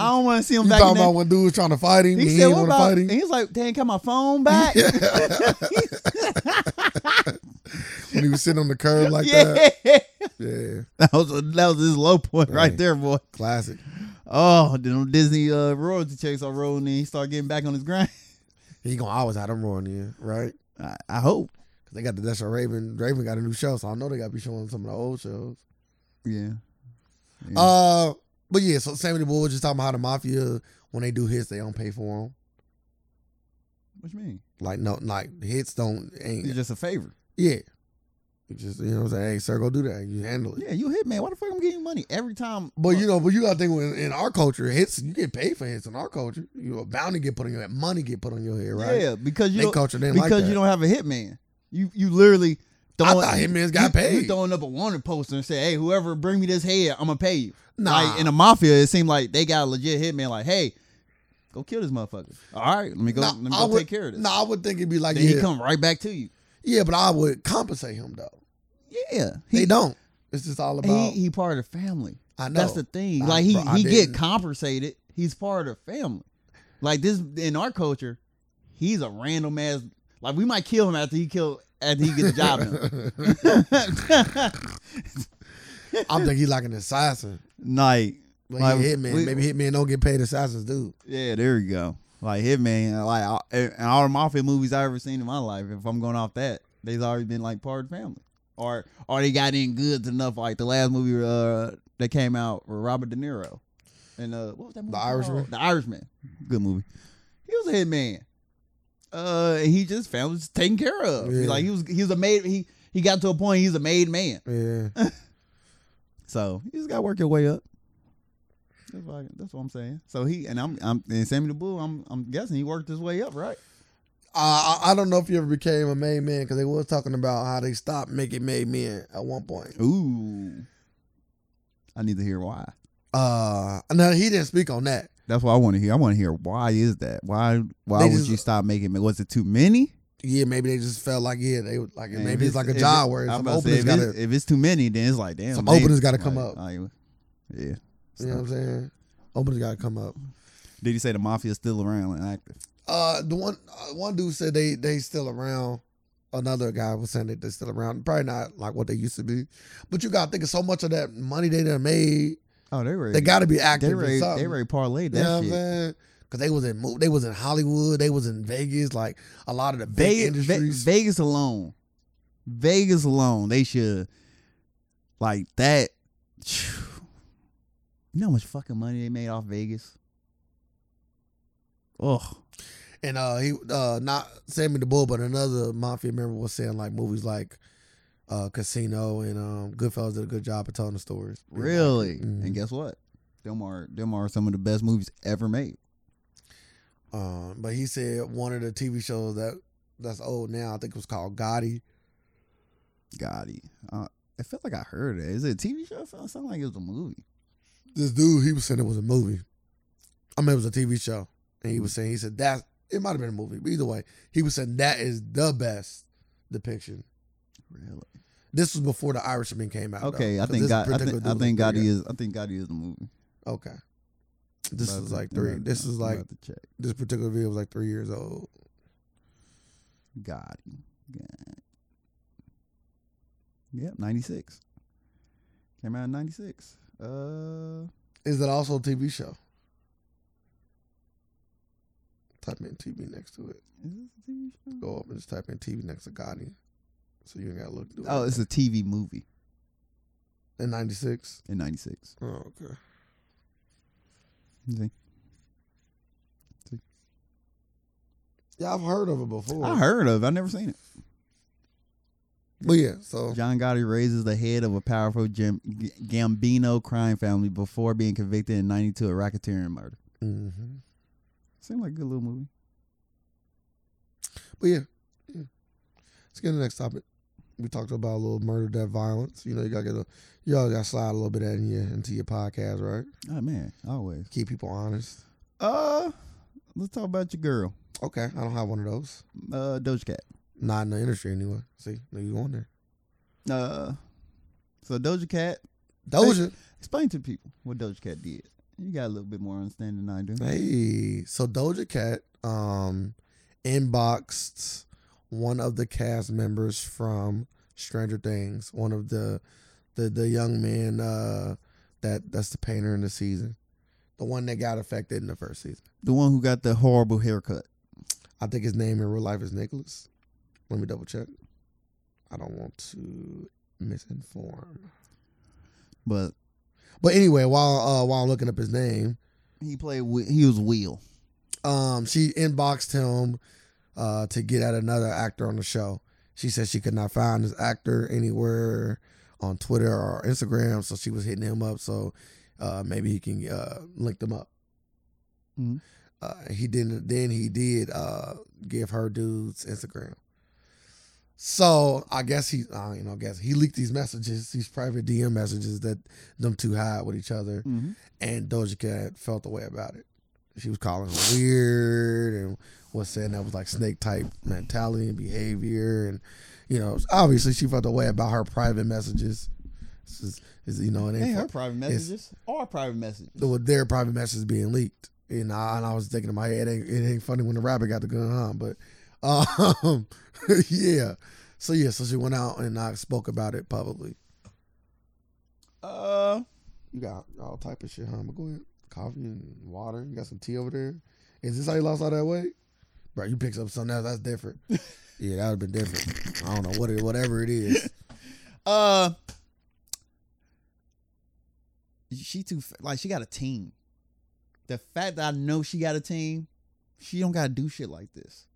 I don't want to see him you back. In talking that. about when dude was trying to fight him? he He, said, didn't "What want to about?" fight And him. he's like, "Damn, got my phone back." when he was sitting on the curb like that. yeah, Yeah, that was that was his low point right, Right. there, boy. classic. Oh, then them Disney uh, royalty checks I rolled, and he started getting back on his grind. He gonna always have them roaring in, right? I, I hope. Cause they got the Desha Raven. Raven got a new show, so I know they got to be showing some of the old shows. Yeah. Yeah. Uh, but yeah, so Sammy the Bull was just talking about how the mafia when they do hits, they don't pay for them. What you mean? Like no, like hits don't ain't It's just a favor. yeah. It just you know what I'm saying. Hey, sir, go do that. You handle it. Yeah, you hit man. Why the fuck I'm getting money every time? But you know, but you gotta think when, in our culture, hits you get paid for hits in our culture. You know, bounty get put on your head, money get put on your head, right? yeah, because you They don't, culture didn't because like that. you don't have a hitman. You you literally I throwing, thought hitmen's got you, paid. You throwing up a wanted poster and say, "Hey, whoever bring me this head, I'm gonna pay you." Nah. Like in the mafia, it seemed like they got a legit hitman. Like, hey, go kill this motherfucker. All right, let me go. Nah, let me I go would- take care of this. No, I would think it'd be like then yeah, he come right back to you. yeah, but I would compensate him though. Yeah, they he don't. It's just all about. he, he part of the family. I know. That's the thing. I- like he bro, I he didn't- get compensated. He's part of the family. Like this in our culture, he's a random ass. Like we might kill him after he kill after he get the job done. I'm thinking he's like an assassin. like, Like, Like, he a hitman. we- Maybe hitmen don't get paid assassins do. yeah, there you go. Like Hitman, like all- and all the mafia movies I ever seen in my life. If I'm going off that, they've already been like part of the family. or or they got in goods enough. Like the last movie uh, that came out with Robert De Niro, and uh, what was that movie? The called? Irishman? The Irishman, good movie. He was a hitman. Uh, and he just found was taken care of. He, Yeah. Like he was, he was a made. He he got to a point. He's a made man. Yeah. So you just gotta work your way up. That's what, I, that's what I'm saying. So he and I'm, I'm and Sammy the Bull. I'm, I'm guessing he worked his way up, right? I I I don't know if you ever became a made man because they were talking about how they stopped making made men at one point. Ooh, I need to hear why. Uh, no, he didn't speak on that. That's what I want to hear. I want to hear why is that? Why why They would just- you stop making? ma- Was it too many? Yeah, maybe they just felt like yeah, they was like And if maybe it's like a if job it- where I'm some about to say, openings if, got it's, to. if it's too many, then it's like damn. Some maybe- openings gotta come like, up. like, yeah. You know what I'm saying? Openings got to come up. Did he say the mafia's still around and active? Uh, the one uh, one dude said they they still around. Another guy was saying that they still around. Probably not like what they used to be, but you gotta think of so much of that money they done made. Oh, they were They gotta be they active. were in something. they were parlayed You know what that I'm shit. saying? Because they was in mo- they was in Hollywood, they was in Vegas, like a lot of the big Vegas, industries. Vegas alone, Vegas alone, they should like that. You know how much fucking money they made off Vegas? Oh, and uh, he uh, not Sammy the Bull, but another mafia member was saying like movies like uh, Casino and um, Goodfellas did a good job of telling the stories. really? Mhm. And guess what? Them are them are some of the best movies ever made. Um, but he said one of the TV shows that that's old now, I think it was called Gotti. Gotti. Uh, I feel like I heard it. Is it a TV show? It sounded like it was a movie. This dude, he was saying it was a movie. I mean, it was a TV show, and he was saying he said that it might have been a movie, but either way, he was saying that is the best depiction. Really? This was before the Irishman came out. Okay, though, I 'cause think this God, I particular think I dude think was Gotti pretty is I think Gotti is the movie. good. Okay, this About is to- like I'm three. about to- This is I'm like about to check. this particular video was like three years old. Gotti. God. Yep, 96. Came out in 96. Uh, Is that also a TV show? Type in TV next to it. is this a TV show? Go up and just type in TV next to Gotti, so you ain't gotta look. Oh, it's a TV movie in '96. in 96. Oh, okay. You see? Yeah, I've heard of it before. I heard of it. I've never seen it. But yeah, so John Gotti raises the head of a powerful Jam- G- Gambino crime family before being convicted in 92 of racketeering murder. Mhm. Seemed like a good little movie. but yeah, yeah. Let's get to the next topic. We talked about a little murder, death, violence. You know, you gotta get a, you all gotta slide a little bit in your into your podcast, right? Oh, man. Always. Keep people honest. Uh, Let's talk about your girl, Okay, I don't have one of those. uh, Doja Cat. Not in the industry anyway. See, no, you on there? Uh, so Doja Cat, Doja. explain to people what Doja Cat did. You got a little bit more understanding than I do. Hey, so Doja Cat um inboxed one of the cast members from Stranger Things, one of the the the young man uh that that's the painter in the season. The one that got affected in the first season. The one who got the horrible haircut. I think his name in real life is Nicholas. Let me double check. I don't want to misinform. But But anyway, while uh while I'm looking up his name, he played with, he was Wheel. um, she inboxed him uh, to get at another actor on the show. She said she could not find this actor anywhere on Twitter or Instagram, so she was hitting him up. So uh, maybe he can uh, link them up. Mhm. Uh, he didn't. Then he did uh, give her dude's Instagram. So I guess he, I you know, guess he leaked these messages, these private DM messages that them two had with each other Mm-hmm. and Doja Cat felt the way about it. She was calling her weird and was saying that was like snake type mentality and behavior, and you know, obviously she felt the way about her private messages. This is, is, you know, it ain't Ain't her her. private messages or private messages. their private messages being leaked, and I, and I was thinking in my head, it ain't, it ain't funny when the rapper got the gun, huh? But um, yeah, so yeah, so she went out and I spoke about it publicly. Uh, You got all type of shit, huh? But go ahead. Coffee and water. You got some tea over there. Is this how you lost all that weight? Bro, you picked up something else. That's different. yeah, that would have been different. I don't know what it, whatever it is. Uh, she too fa- like she got a team. The fact that I know she got a team, she don't gotta do shit like this.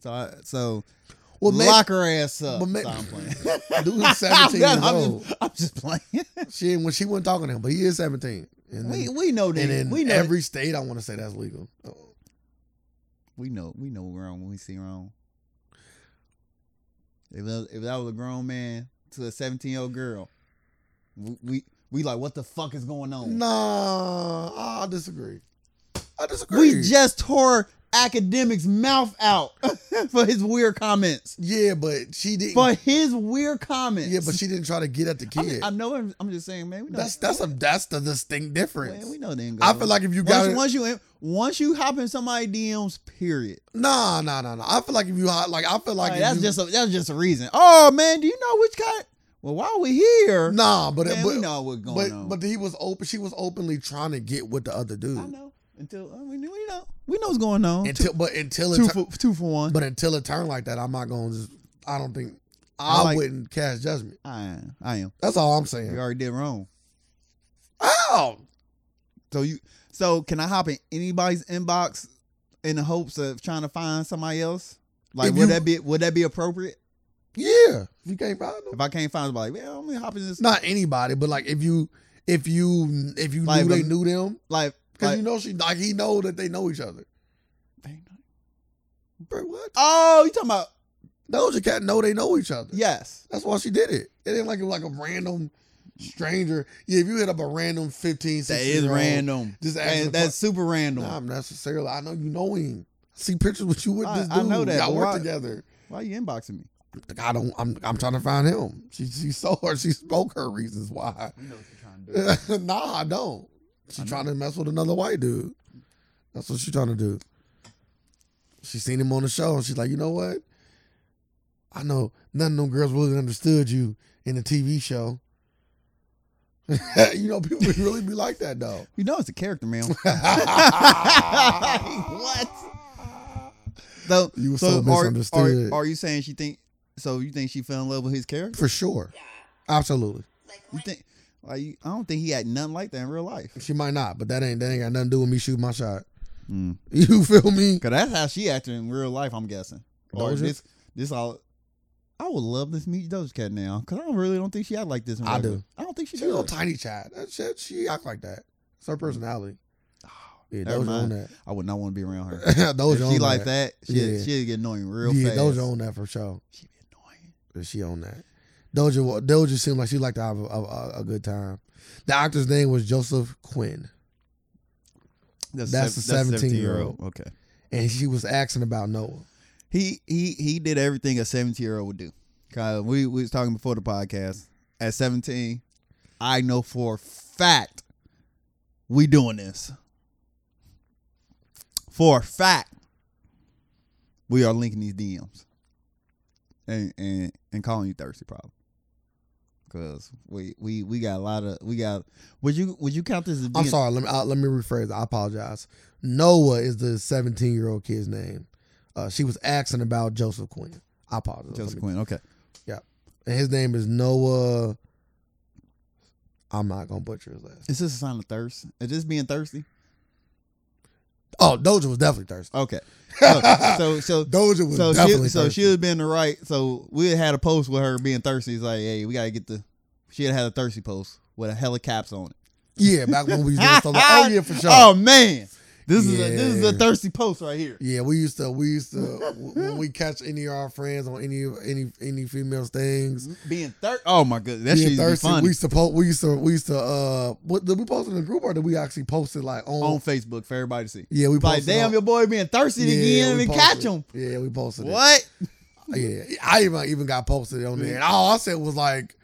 So I, so Well, maybe, lock her ass up. but may- Stop playing. Dude is 17 years I'm, old. just, I'm just playing. She when she wasn't talking to him, but he is seventeen. And we then, we know and that in we know that- every state, I want to say that's legal. we know we know wrong when we see wrong. If that, if that was a grown man to a seventeen year old girl, we, we we like what the fuck is going Oh. on? Nah, I disagree. I disagree. we just tore academics' mouth out for his weird comments. yeah, but she didn't. For his weird comments. yeah, but she didn't try to get at the I, mean, kid. I know. I'm, I'm just saying, man. We know that's that's a that's the distinct difference. man, we know they ain't I go. feel like if you once, got it, once you in- once you hop in somebody's DMs, period. nah, nah, nah, nah. I feel like if you hot, like I feel like, Like, if that's you, just a, that's just a reason. Oh man, do you know which kind? Well, why are we here? nah, but man, but we know what's going but on. but he was open. She was openly trying to get with the other I dude know until uh, we knew we know we know what's going on. until but until two, two it tur- for two for one. But until it turned like that, I'm not going to just, I don't think, I, I like- wouldn't cast judgment. I am. I am. That's all I'm You saying. already did wrong. Oh, So you so can I hop in anybody's inbox in the hopes of trying to find somebody else? Like If would you- that be would that be appropriate? yeah. You can't find them. If I can't find somebody, well, I'm gonna hop in this Not anybody, but like if you, if you, if you Like, knew they but- knew them, like because like- you know she, like he know that they know each other. Bro, what? Oh, you talking about Doja Cat know they know each other. yes. That's why she did it. It ain't like it was like a random stranger. Yeah, if you hit up a random 15, 16 That is year old, random. Just ask That- the that's super random. Not necessarily. I know you know him. See pictures with you with I- this dude. I know that, Y'all but work why- together. Why you inboxing me? Like, I don't. I'm. I'm trying to find him. She. She saw her. She spoke her reasons why. You know what you're trying nah, I don't. She I know. trying to mess with another white dude. That's what she trying to do. She seen him on the show, and she's like, you know what? I know none of them girls really understood you in the TV show. you know, people really be like that though. You know it's a character, man. What? So, You were so so are, misunderstood. are, are you saying she think so you think she fell in love with his character? For sure. Absolutely. You think like you, I don't think he had nothing like that in real life. She might not, but that ain't that ain't got nothing to do with me shooting my shot. Mm. You feel me? Cause that's how she acted in real life, I'm guessing. Or Doja? this this all I would love this meet Doja Cat now. Cause I don't really don't think she act like this in real I life. do. I don't think she She's a does. tiny child. That shit, she act like that. It's her personality. Yeah, Never those on mind. that. I would not want to be around her. those if on she that. like that, she Yeah. would she'd get annoying real yeah, fast. those on that for sure. she'd be annoying. But She on that. Doja, wa- Doja seemed like she liked to have a, a, a- a good time. The actor's name was Joseph Quinn, That's sev- the 17-year-old. Okay. and she was asking about Noah. He he he did everything a 17 year old would do. Kyle, we we was talking before the podcast. At 17, I know for a fact we doing this. For a fact, we are linking these DMs and and and calling you thirsty problem. Cause we we we got a lot of we got. Would you would you count this as being? I'm sorry. Let me uh, let me rephrase. I apologize. Noah is the 17 year old kid's name. Uh, she was asking about Joseph Quinn. I apologize. Let Joseph me- Quinn. Okay. And his name is Noah. I'm not gonna butcher his last. name. Is this a sign of thirst? Is this being thirsty? Oh, Doja was definitely thirsty. Okay. So so, so Doja was so definitely she, so thirsty. she would have been the right. So we had had a post with her being thirsty. It's like, hey, we gotta get the. She had had a thirsty post with a hella caps on it. yeah, back when we used to stuff like, oh yeah for sure. Oh man, this is a, this is a Yeah. thirsty post right here. Yeah, we used to we used to when we catch any of our friends on any any any female things. Being thirsty. Oh my goodness, that shit used to be being thirsty, we funny used to post we used to we used to uh what did we post in the group or did we actually post it like on, on Facebook for everybody to see. Yeah, we Like, posted damn, on- your boy being thirsty again we and posted catch it. him. Yeah, we posted it. What? Oh, Yeah, I even even got posted on there. And all I said was like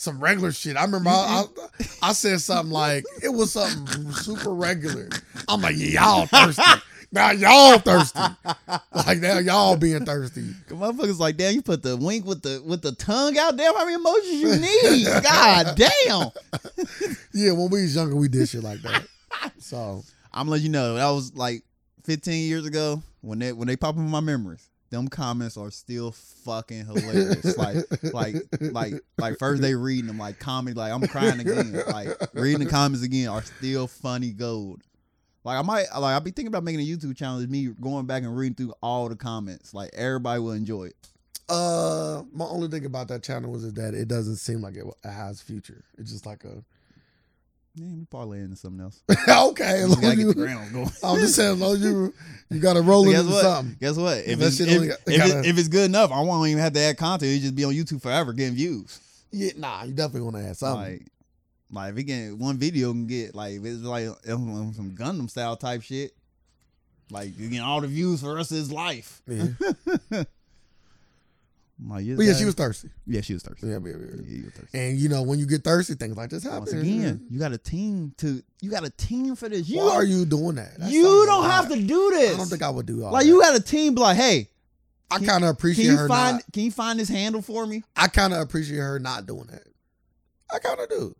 some regular shit. I remember I, I, I said something like it was something super regular. I'm like, yeah, y'all thirsty. Now y'all thirsty. Like now y'all being thirsty. Motherfuckers like, damn, you put the wink with the with the tongue out. Damn, how many emojis you need? God damn. Yeah, when we was younger, we did shit like that. So I'm gonna let you know that was like 15 years ago when they when they pop up in my memories. them comments are still fucking hilarious. like, like, like, like first they reading them like comedy. Like I'm crying again. Like reading the comments again are still funny gold. Like I might, like I'll be thinking about making a YouTube channel. Is me going back and reading through all the comments. Like everybody will enjoy it. Uh, my only thing about that channel is that it doesn't seem like it has future. It's just like a Yeah, we parlay into something else. okay. as We long gotta as get the you- ground going. I'm just saying, as long as you you got to roll Guess into what? something. Guess what? If That it's, shit if, only got- if it- gotta- if it's good enough, I won't even have to add content. It just be on YouTube forever getting views. Yeah, nah, you definitely want to have something. Like, like if it can one video can get like if it's like um, some Gundam style type shit, like you get all the views for the rest of his life. yeah. Like, yes, But yeah, guys. she was thirsty. Yeah, she was thirsty. Yeah, yeah, yeah, yeah. Yeah, you were thirsty. And you know, when you get thirsty, things like this happen. Once again, you got a team to you got a team for this. You why are you doing that? That you sounds don't odd. have to do this. I don't think I would do all like that. you got a team. Be like, hey, I kind of can appreciate you her find not. can you find this handle for me? I kind of appreciate her not doing that. I kind of do.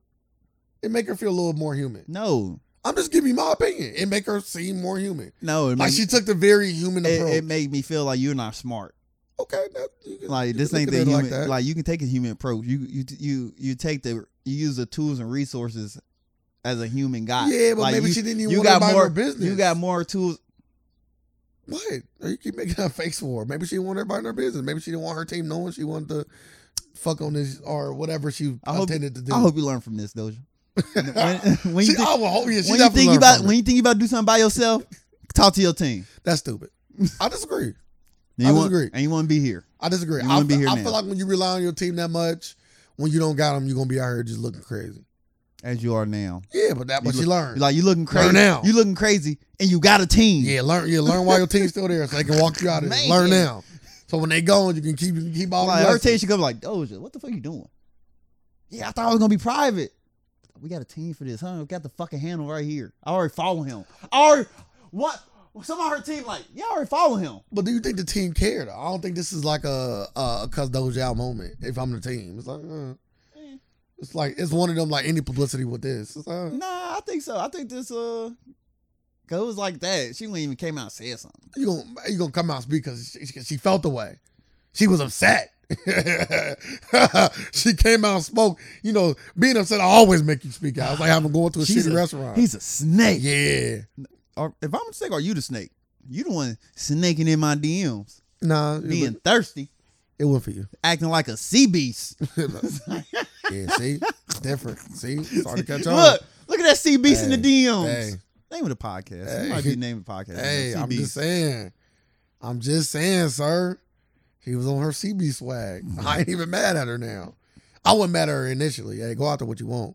It make her feel a little more human. No, I'm just giving you my opinion. It make her seem more human. no. It Like made- she took the very human it, approach. it made me feel like you're not smart. okay, that, you can, Like you this can ain't look the at it human. Like that. Like, you can take a human approach. You you you you take the you use the tools and resources as a human guy. yeah, but like, maybe you- she didn't even you want got to buy more- her business. You got more tools. What? Are you keep making that face for? Maybe she didn't want everybody in her business. Maybe she didn't want her team knowing she wanted to fuck on this or whatever she I hope- intended to do. I hope you learn from this, Doja. When, when you she, think, I will hope yeah, she when you definitely think learned about from it. when you think about do something by yourself, talk to your team. That's stupid. I disagree. Then I you want, disagree. And you want to be here. I disagree. You I, wouldn't be feel- here I now. feel like when you rely on your team that much, when you don't got them, you're gonna be out here just looking crazy. as you are now. Yeah, but that You what she look- learned. Like you looking crazy. now. You looking crazy, and you got a team. yeah, learn. Yeah, learn why your team's still there, so they can walk you out of it. Man. Learn now. So when they gone, you can keep you can keep all Like the her team lessons. should come like Doja. What the fuck you doing? Yeah, I thought I was gonna be private. We got a team for this, huh? We got the fucking handle right here. I already follow him. I already what? Some of her team like yeah, I already follow him. But do you think the team cared? I don't think this is like a a cuz Doja out moment. If I'm the team, it's like uh, Eh, it's like it's one of them like any publicity with this. It's like, Nah, I think so. I think this uh goes like that. She wouldn't even came out and said something. you gonna you gonna come out and speak because she, she- she felt the way. She was upset. she came out and spoke. You know, being upset I always make you speak out. It's like having going to a She's shitty a- restaurant. He's a snake. Yeah, Or if I'm mistaken, are you the snake? You the one snaking in my DMs, nah, it, being wa- thirsty, it wasn't for you. acting like a sea beast. yeah, see, It's different. See, starting to catch on. Look, look at that sea beast in the Hey, DMs. hey. Name of the podcast. It Hey. might be the name of the podcast. Hey, Sea I'm beast. just saying. I'm just saying, sir. He was on her CB swag. I ain't even mad at her now. I wasn't mad at her initially. Hey, go out there what you want.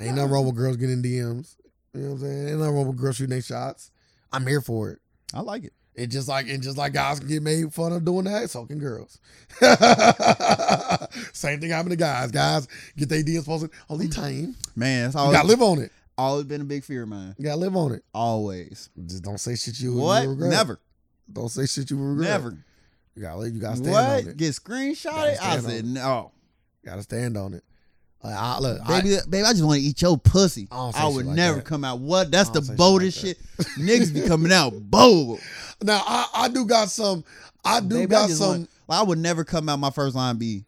Ain't nothing wrong with girls getting DMs. You know what I'm saying? Ain't nothing wrong with girls shooting their shots. I'm here for it. I like it. It just like and just like guys can get made fun of doing that, so can girls. Same thing happened to guys. Guys get their DMs posted. Only time. Man, it's You always, gotta live on it. always been a big fear of mine. You gotta live on it. Always. Just don't say shit you, What? you regret. Never. Don't say shit you regret. Never. You gotta, you gotta stand on What? it. Get Gotta screenshotted? I stand on it. said, no. Gotta stand on it. Like, I, look, I- Baby, baby, I just want to eat your pussy. I don't say I shit would like never that. come out. What? That's I the don't say shit boldest like shit. Niggas be coming out bold. now I, I do got some. I do Baby, I got just some. want- like, I would never come out. My first line be,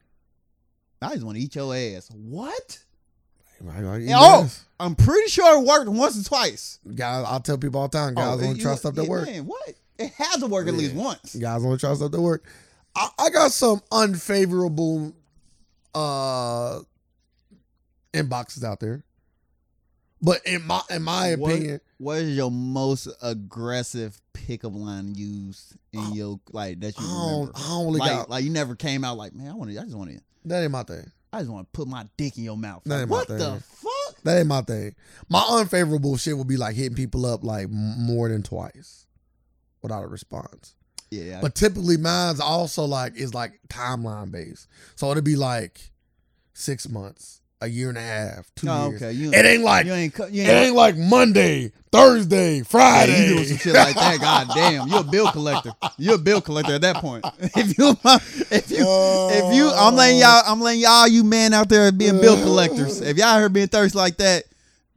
I just want to eat your ass. What? Oh! I'm pretty sure it worked once or twice. guys, I tell people all the time, guys Oh, don't you- trust stuff that yeah, work. Man, what? It has to work at Yeah. least ononce. Guys don't trust stuff that work. I, I got some unfavorable uh inboxes out there, but in my in my What? opinion, What is your most aggressive pickup line used in I- your like that I you don't, remember? I don't really Like, got like you never came out like, man, I want to, I just want to, that ain't my thing. I just want to put my dick in your mouth. That ain't Like, my what thing. the fuck? That ain't my thing. My unfavorable shit would be like hitting people up like m- more than twice without a response. Yeah, But typically mine's also like is like timeline based. So it'll be like six months, a year and a half, two oh, years. okay. You, It ain't like you it ain't, co- you ain't, ain't like Monday, Thursday, yeah, Friday. you doing some shit like that. God damn, you're a bill collector. You're a bill collector at that point. If you, if you, if you, I'm letting y'all, I'm letting y'all, you men out there being bill collectors. If y'all here being thirsty like that,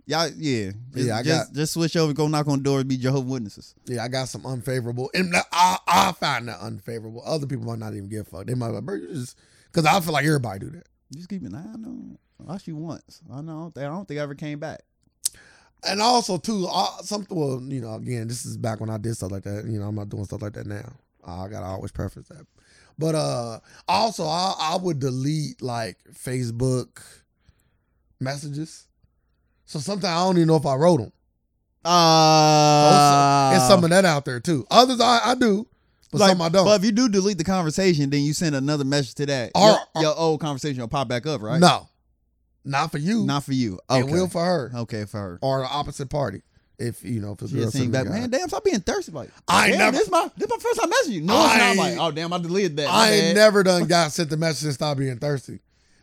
Y'all, yeah, just, Yeah, I just, just switch over, go knock on doors, be Jehovah's Witnesses. Yeah, I got some unfavorable, and that- I I find that unfavorable. Other people might not even give a fuck. They might be like, bro, you just because I feel like everybody do that. Just keep an eye on them. Lost you once. I know. I don't think, I don't think I ever came back. And also too, I, some well, you know, again, this is back when I did stuff like that. You know, I'm not doing stuff like that now. I gotta always preface that. But uh also, I I would delete like Facebook messages. So sometimes I don't even know if I wrote them. Uh, and some of that out there too. Others I, I do, but Like, some I don't. But if you do delete the conversation, then you send another message to that. Or- your, or- your old conversation will pop back up, right? No, not for you. Not for you. It Okay. will for her. okay, for her. or the opposite party. If you know, if it's She just seen girl, back, man, damn, stop being thirsty. Like, I damn, never- This my, this my first time messaging you. No, it's not. I- I'm like, oh, damn, I deleted that. My I bad. ain't never done got sent the message and stop being thirsty,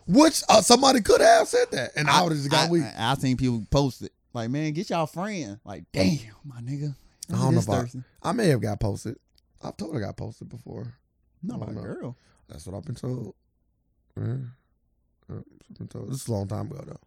which uh, somebody could have said that, and I, would have just got I, weak. I, I seen people post it. Like, man, get y'all friend. Like, damn, my nigga. I don't know This if I- thirsty. I, may have got posted. I've told I got posted before. Not my I don't know. girl. That's what I've been told. Yeah. Uh, I've been told. This is a long time ago though.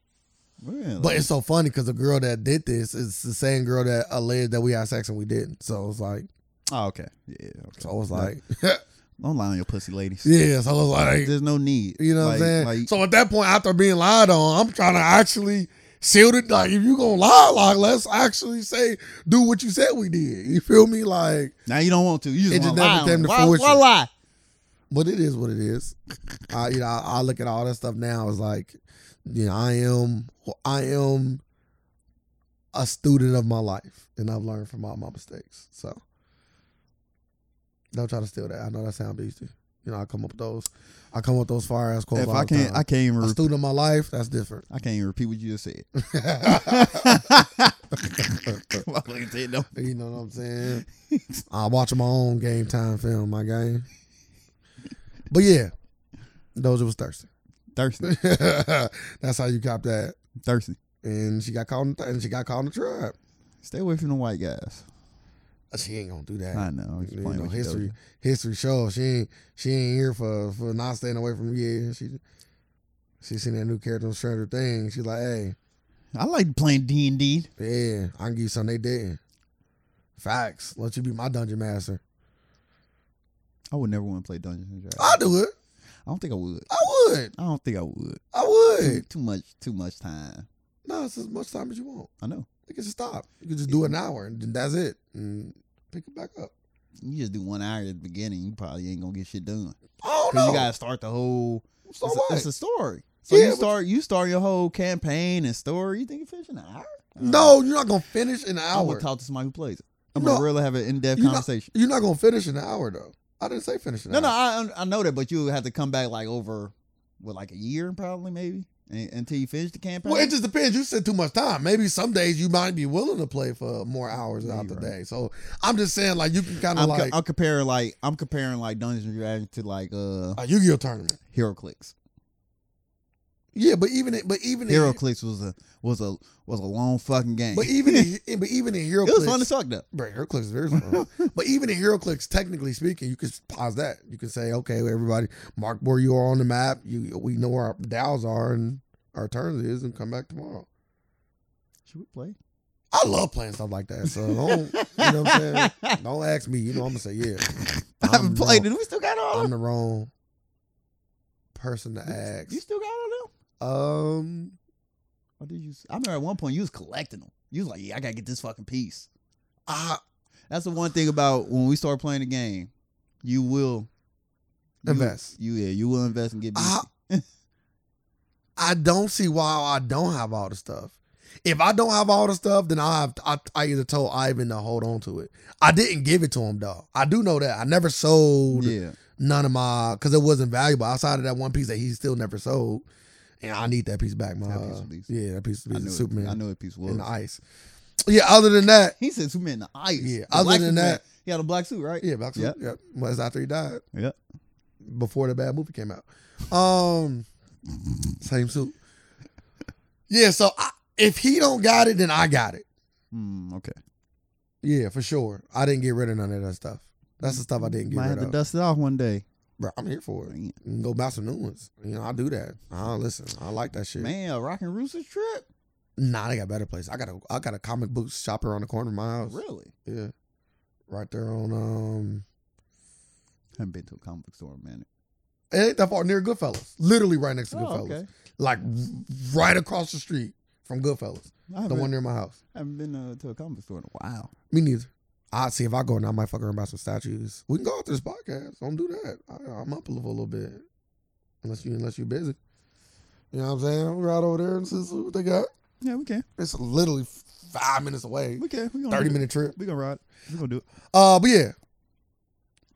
Really? But it's so funny because the girl that did this is the same girl that alleged that we had sex and we didn't. So it's like, oh, okay. Yeah. Okay. so I was like, Don't lie on your pussy, ladies. yeah. So I was like, There's no need. You know Like- what I'm saying? Like, so at that point, after being lied on, I'm trying to actually shield it. Like, if you gonna lie, like let's actually say do what you said we did. You feel me? Like, now you don't want to. You just, It just want never lie on came it. to why, fruition. Why lie? but it is what it is. I, you know, I, I look at all that stuff now as like, you know, I am, I am a student of my life, and I've learned from all my mistakes. So don't try to steal that. I know that sound beasty. You know, I come up with those. I come up with those fire ass quotes. If all I the can't, time. I can't even. a Re- student of my life. That's different. I can't even repeat what you just said. You know what I'm saying? I watch my own game time film, my game. But yeah, Doja was thirsty. thirsty, That's how you cop that. thirsty. And she got caught. In th- and she got caught in the trap. Uh, Stay away from the white guys. She ain't gonna do I that. know. I'm just You playing know, with you, history history shows she ain't she ain't here for for not staying away from yeah. She she seen that new character on Stranger Things. She's like, hey, Doja. I like playing D and D. Yeah, I can give you something they didn't. Facts. Let you be my dungeon master. I would never want to play Dungeons and Dragons. I do it. I don't think I would. I would. I don't think I would. I Too, would. too much. Too much time. No, it's as much time as you want. I know. You can just stop. You can just do an hour and then that's it. And pick it back up. You just do one hour at the beginning. You probably ain't gonna get shit done. I don't Cause know. you gotta start the whole. Oh, so it's, what? A, it's a story. So Yeah, you but- start. You start your whole campaign and story. You think you finish in an hour? no, you're not gonna finish in an uh, I'm gonna hour. talk to somebody who plays it. I'm No. gonna really have an in depth You're not- conversation. You're not gonna finish in an hour though. I didn't say finish in No, an no, hour. I I know that, but you have to come back like over what like a year probably maybe and, until you finish the campaign. Well, it just depends. You said too much time. Maybe some days you might be willing to play for more hours Yeah, out the you're right. day. So I'm just saying, like you can kind of I'm, co- like I'm comparing like I'm comparing like Dungeons and Dragons to like uh a Yu-Gi-Oh tournament. Hero Clicks. Yeah, but even it- but even Hero in, Clicks was a was a was a long fucking game. but even in, but even in hero it was fun as clicks, fuck though. bro, hero clicks is very fun. but even in hero clicks, technically speaking, you can pause that. You can say, okay, everybody, mark where you are on the map. You we know where our dials are and our turns is, and come back tomorrow. Should we play? I love playing stuff like that. So don't, you know what I'm saying? Don't ask me. You know I'm gonna say yeah. I haven't I'm played wrong. it. We still got all I'm of them. the wrong person to ask. You still got all of them? Um, Or did you? s- I remember at one point you was collecting them. You was like, yeah, I gotta get this fucking piece. I That's the one thing about when we start playing the game, you will you- Invest. You, yeah, you will invest and get beat. I, I don't see why I don't have all the stuff. If I don't have all the stuff, then I have I, I either told Ivan to hold on to it. I didn't give it to him though. I do know that. I never sold yeah, none of my because it wasn't valuable outside of that one piece that he still never sold. And I need that piece back, my That piece of piece. yeah, that piece of I piece know of it- Superman I know it piece was. and the ice. Yeah, other than that, He said Superman in the ice. Yeah, The other black than Superman. that- he had a black suit, right? yeah, back to, Yep. yep. Well, that's after he died. Yep. before the bad movie came out. Um, same suit. Yeah, so I, if he don't got it, then I got it. Mm, okay. Yeah, for sure. I didn't get rid of none of that stuff. That's the stuff I didn't get Might have rid to of. dust it off one day. Bro, I'm here for it. Man, You can go buy some new ones. You know, I do that. I listen. I like that shit. man a rockin' rooster trip. Nah, they got better places. I got a I got a comic book shop around the corner of my house. Really? Yeah, right there on um. I haven't been to a comic book store in a minute. It ain't that far near Goodfellas. Literally right next to Oh, Goodfellas. okay. Like right across the street from Goodfellas. I haven't, The one near my house. I haven't been uh, to a comic book store in a while. Me neither. I see if I go now, I might fuck around and buy some statues. We can go after this podcast. Don't do that. I, I'm up a little, a little bit, unless you unless you're busy. You know what I'm saying? We're out over there and see what they got. Yeah, we can. It's literally five minutes away, We can. We gonna do thirty it. minute trip. We gonna ride. We gonna do it. Uh, but yeah,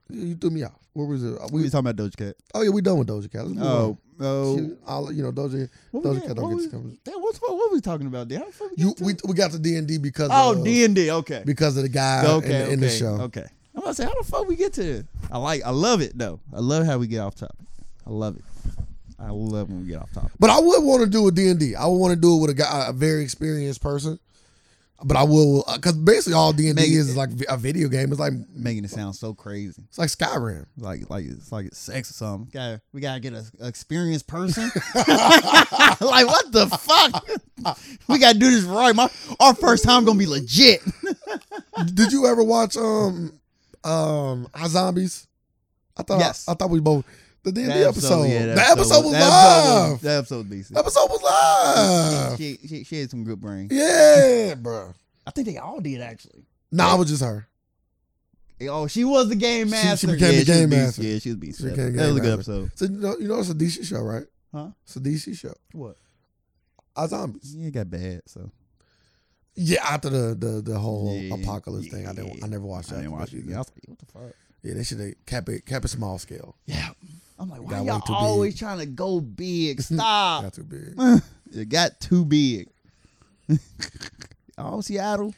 you you threw me off. Where was it? We We, was talking about Doja Cat. oh yeah, we done with Doja Cat. Let's move Oh, on. oh. She- I'll, you know Doja What Doja was Cat that? don't What get was, to come. that what's what, what we talking about? Damn, I forget You uh, too. we we got to D and D because oh of- D and D. Okay. because of the guy okay. in, the, in the okay, show. Okay. I'm gonna say how the fuck we get to. This? I like. I love it though. I love how we get off topic. I love it. I love when we get off topic. But I would want to do a D&D. I would want to do it with a guy, a very experienced person. But I will, because basically all D&D Make it- is, is like vi- a video game. It's like Making it sound so crazy. it's like Skyrim. Like like it's like it's sex or something. Gotta, we gotta get a a experienced person. like what the fuck? we gotta do this right. My our first time gonna be legit. Did you ever watch um um I Zombies? I thought Yes. I, thought we both the D&D episode. yeah, the episode, was that episode was- live. That episode was decent. The episode was live. She, she, she had some good brain. Yeah, bro. I think they all did actually. Nah, it was just her. Oh, she was the game She- she master. became yeah, the game was beast. master. Yeah, she was beast. She Yeah, became that was a game good master. episode. So you know, you know it's a DC show, right? Huh? It's a DC show. What? I Zombies. Yeah, it got bad. So Yeah, after the the, the whole Yeah, apocalypse thing, I didn't. yeah. I never watched that. I didn't watch it. either. I was like, what the fuck? Yeah, they should have kept it kept it small scale. Yeah. I'm like, why got y'all way too big. always trying to go big? Stop. Not too big. it got too big. All Oh, Seattle.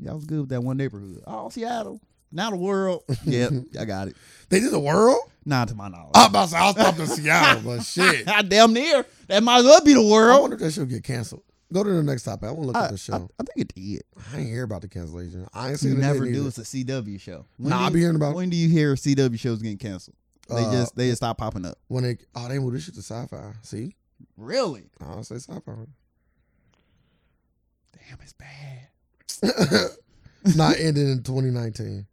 Y'all was good with that one neighborhood. All Seattle. Now the world. Yep, I got it. Oh, They did the world. Not to my knowledge. I'm about to. say, I'll stop in Seattle, but shit. I damn near. That might as well be the I world. wonder if that show get canceled. Go to the next topic. I want to look I, at the I- show. I think it did. I, ain't hear about the cancellation. I ain't seen You it yet never do. neither. It's a CW show. When Nah, I do be you- hearing about When do you hear CW shows getting canceled? They Uh, just they just stop popping up. when they oh they moved this shit to sci-fi. See, Really? I don't say sci-fi. Damn, it's bad. Not ending in 2019.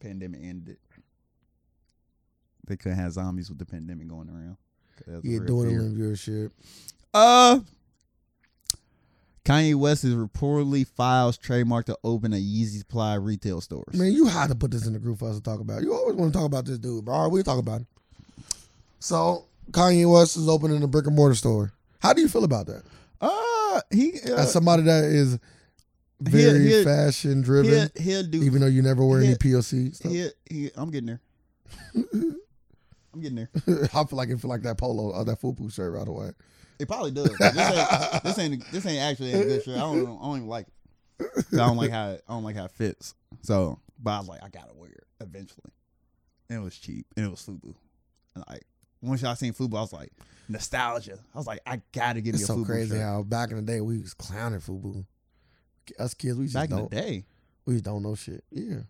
Pandemic ended. They could have zombies with the pandemic going around. 'Cause that's a Yeah, real fear. doing viewership. Uh, Kanye West has reportedly files trademark to open a Yeezy supply retail stores. Man, you had to put this in the group for us to talk about. You always want to talk about this dude, bro. All right, we'll talk about him. So, Kanye West is opening a brick and mortar store. How do you feel about that? Uh, he uh, As somebody that is He'll- very he'll- fashion driven, he'll, he'll do even though you never wear any he'll- POC stuff. He, he, I'm getting there. I'm getting there. I feel like it feel like that polo or that FUPU shirt right away. It probably does. This ain't, this ain't this ain't actually a good shirt. I don't I don't even like it. 'Cause I don't like how it, I don't like how it fits. So, but I was like, I gotta wear it eventually. And it was cheap, and it was FUBU. And like once y'all seen FUBU, I was like nostalgia. I was like, I gotta give me It's a so FUBU crazy shirt. how back in the day we was clowning FUBU. Us kids, we just Back in the don't day, we just don't know shit. Yeah,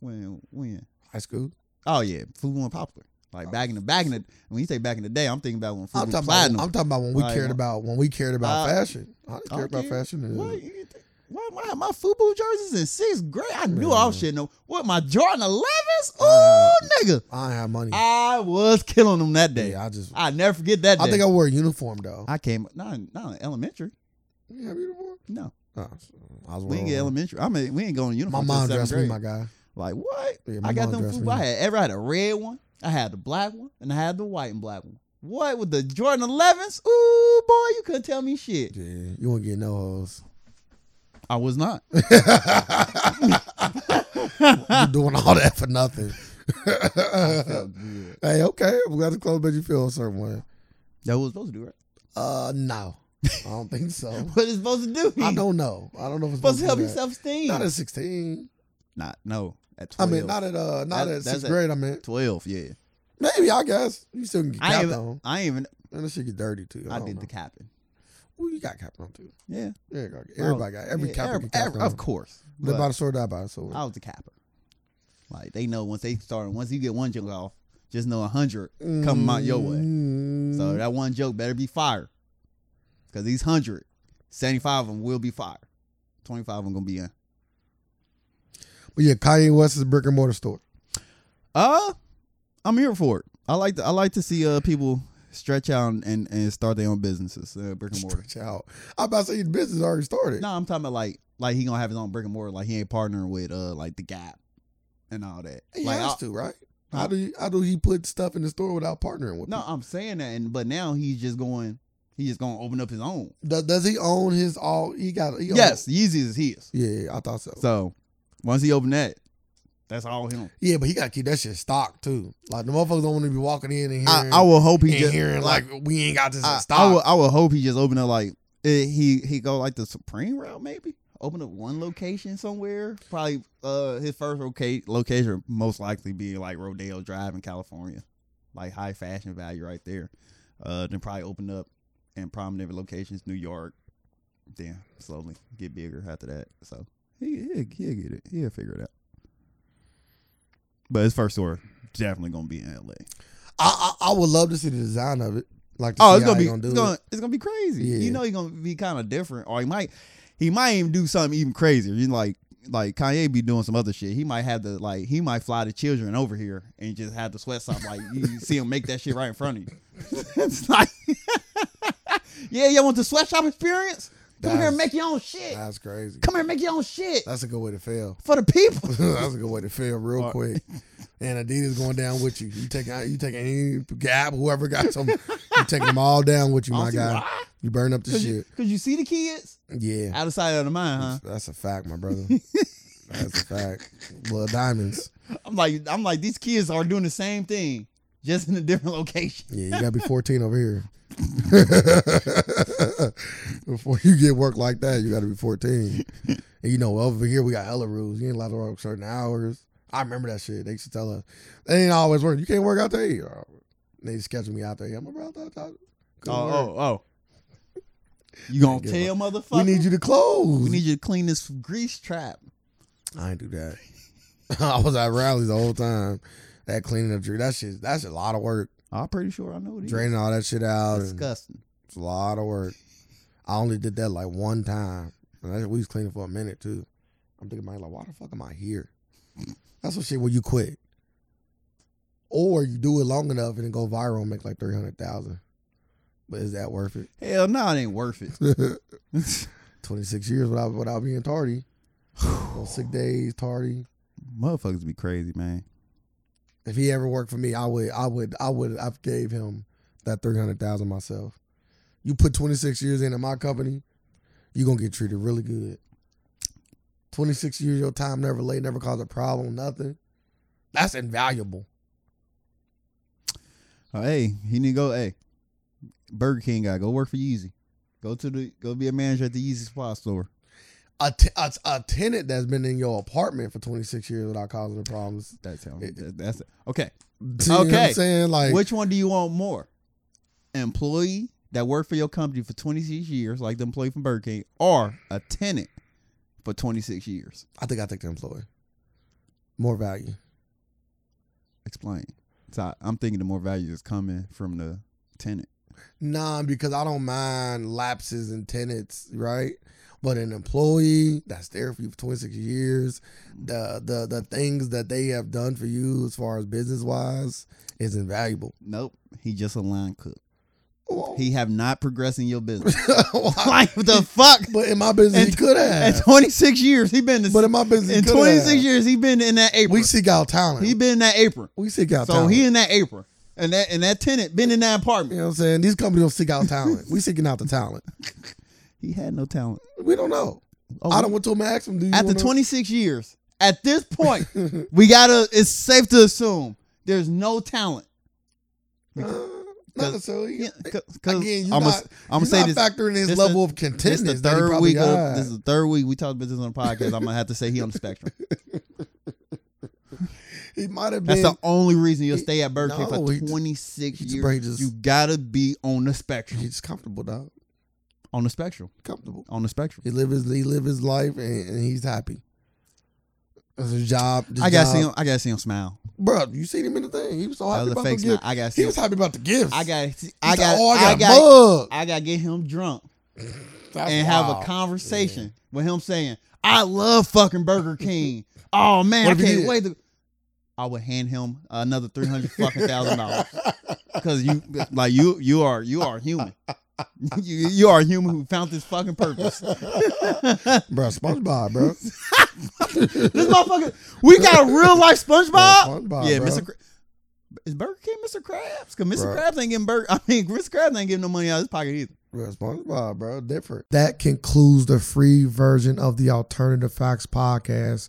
when when high school. oh yeah, FUBU wasn't popular. Like back in the back in the when you say back in the day, I'm thinking about when I'm FUBU talking, platinum. about, I'm talking about when we Like, cared about when we cared about uh, fashion. I didn't I care don't about care. fashion. in- What? You think- Why my my FUBU jerseys in sixth grade? I knew Man. I was shitting on. What my Jordan Elevens? Ooh, Uh, nigga, I don't have money. I was killing them that day. yeah, I just. I never forget that day. I think I wore a uniform though. I, came not in- not in elementary. you have a uniform? No, Oh, I was we wearing. ain't get one. elementary. I mean, we ain't going to my uniform. till mom seventh dressed grade. me, my guy. Like what? Yeah, my I got mom them dressed FUBU. me. I had ever had a red one. I had the black one, and I had the white and black one. What with the Jordan Elevens? Ooh, boy, you couldn't tell me shit. Yeah, you won't get no hoes. I was not. you doing all that for nothing. Felt good. hey, okay, I'm glad the club made you feel a certain way. That was supposed to do right. Uh, no, I don't think so. What is supposed to do? I don't know. I don't know if it's supposed to help do your that. self esteem. Not at 16. Not no. At I twelve. mean, not at uh, not That- at that's sixth at- grade. I mean, twelve. Yeah. maybe I guess you still can get I capped even. on. I even. And that shit get dirty too. I, I, did the cap. capping. Well, you got capped on too. Yeah. Yeah, you got- everybody got every Oh, yeah, cap. every- get capped every- on. Of course. Live but by the sword, die by the sword. I was the capper. Like they know once they start. Once you get one joke off, just know a hundred Mm-hmm. coming out your way. So that one joke better be fire. Cause these hundred 75 of them will be fired. 25 of them going to be in. But yeah, Kanye West is a brick and mortar store. Uh, I'm here for it. I like to, I like to see uh people stretch out and, and start their own businesses, uh, brick and mortar. Stretch out. I'm about to say the business already started. No, I'm talking about like like he gonna have his own brick and mortar. Like he ain't partnering with uh like the Gap and all that. he like has I- to, right? How do you, how do he put stuff in the store without partnering with? no, people? I'm saying that, and but now he's just going. He's just gonna open up his own. Does, does he own his all? He got he own- Yes, Yeezy is his. Yeah, yeah, I thought so. So once he open that, that's all him. Yeah, but he got to keep that shit stocked too. Like the motherfuckers don't want to be walking in and hearing, will hope and hearing like, we ain't got this in I, stock. I would I would hope he just open up like eh, he he go like the Supreme route maybe open up one location somewhere probably uh his first loca- location would most likely be like Rodeo Drive in California like high fashion value right there uh then probably open up in prominent locations New York then slowly get bigger after that so he he'll, he'll get it he'll figure it out but his first store definitely gonna be in L.A. I, I I would love to see the design of it. Like, to Oh, see it's how gonna they be gonna do it's it. gonna, it's gonna be crazy. Yeah. You know he's gonna be kind of different, or he might he might even do something even crazier. You know, like like Kanye be doing some other shit. He might have to like he might fly the children over here and just have the sweat sweatshop like you you see him make that shit right in front of you. it's like yeah, you want the sweatshop experience? Come here and make That's- your own shit. That's crazy. Come here and make your own shit That's a good way to fail. for the people. That's a good way to fail real quick. And Adidas going down with you. You taking you taking any Gap, whoever got some, you taking them all down with you, I don't my see guy. why. You burn up the Cause you, Uh-huh. shit. 'cause you see the kids Yeah, out of sight, out of mind, huh? that's a fact, my brother. That's a fact. Blood diamonds. I'm like, I'm like, these kids are doing the same thing, just in a different location. Yeah, you gotta be 14 over here. Before you get work like that, you gotta be 14. And you know, over here we got hella rules. You ain't allowed to work certain hours. I remember that shit. They used to tell us, they ain't always work. You can't work out there. either." They schedule me out there. Yeah, my brother, I thought- couldn't work. oh. You gonna Give tell motherfucker? we need you to close. We need you to clean this grease trap. I ain't do that. I was at rallies the whole time. That cleaning up, that shit, that's a lot of work. I'm pretty sure I know what it is. Draining all that shit out. and- Disgusting. It's a lot of work. I only did that like one time. And I- we was cleaning for a minute too. I'm thinking about it, like, why the fuck am I here? That's what shit where you quit. Or you do it long enough and it go viral and make like three hundred thousand. But is that worth it? Hell no, it ain't worth it. Twenty six years without without being tardy. On sick days, tardy. Motherfuckers be crazy, man. If he ever worked for me, I would I would I would I gave him that three hundred thousand myself. You put twenty six years into my company, you're gonna get treated really good. Twenty six years your time never late, never caused a problem, nothing. That's invaluable. Oh, hey, he need to go. Hey, Burger King guy, go work for Yeezy. Go to the go be a manager at the Yeezy Supply Store. A, t- a, t- a tenant that's been in your apartment for twenty six years without causing a problem. That's how. that- That's it. Okay. See what Okay. I'm saying like Which one do you want more? Employee that worked for your company for 26 years, like the employee from Burger King, or a tenant for 26 years? I think I take the employee. More value. Explain. So I- I'm thinking the more value is coming from the tenant. Nah, because I don't mind lapses and tenants, right? But an employee that's there for you for 26 years, the the the things that they have done for you as far as business wise is invaluable. Nope, he just a line cook. Well, He have not progressed in your business. why- like what the fuck? but in my business, he And- could At have. 26 years, he been But the, in my business, in he could 26 have. years he been in that apron. we seek out talent. he been in that apron. we seek out So talent. he in that apron, and that and that tenant been in that you apartment. know what I'm saying? These companies don't seek out talent. we seeking out the talent. He had no talent. We don't know. Oh, I don't want to ask them. Do you after wanna- 26 years at this point we gotta it's safe to assume there's no talent Uh, not necessarily. Again, because you i'm not- gonna say this factoring his this level the- of this contentness. the that he third probably week got. of, this is the third week we talked about this on the podcast i'm gonna have to say he on the spectrum he might have that's been. the only reason you'll stay at burger No, he king for just- 26 he just- years bro, he just- you gotta be on the spectrum he's comfortable, dog. on the spectrum Comfortable. on the spectrum He live his he live his life and, and he's happy. That's his job. his i gotta see job. him i gotta see him smile bro. You seen him in the thing. He was so That happy was a about the fake smile gift. i gotta see He him was happy about the gifts. i gotta see He i said, gotta oh, I got i gotta bug. I gotta get him drunk and have a conversation with him saying, "I love fucking Burger King. oh man, What I if you can't did? wait." To... I would hand him another three hundred fucking thousand dollars because you like you you are you are human. you, you are a human who found this fucking purpose. this bro, SpongeBob, bro. motherfucker, we got real life SpongeBob. SpongeBob, yeah, bro. Mr. Cra- is Burger King Mr. Krabs? Because Mr. Bro. Krabs ain't getting burger. I mean, Mr. Krabs ain't getting no money out of his pocket either. Bro, SpongeBob, bro, different. That concludes the free version of the Alternative Facts podcast.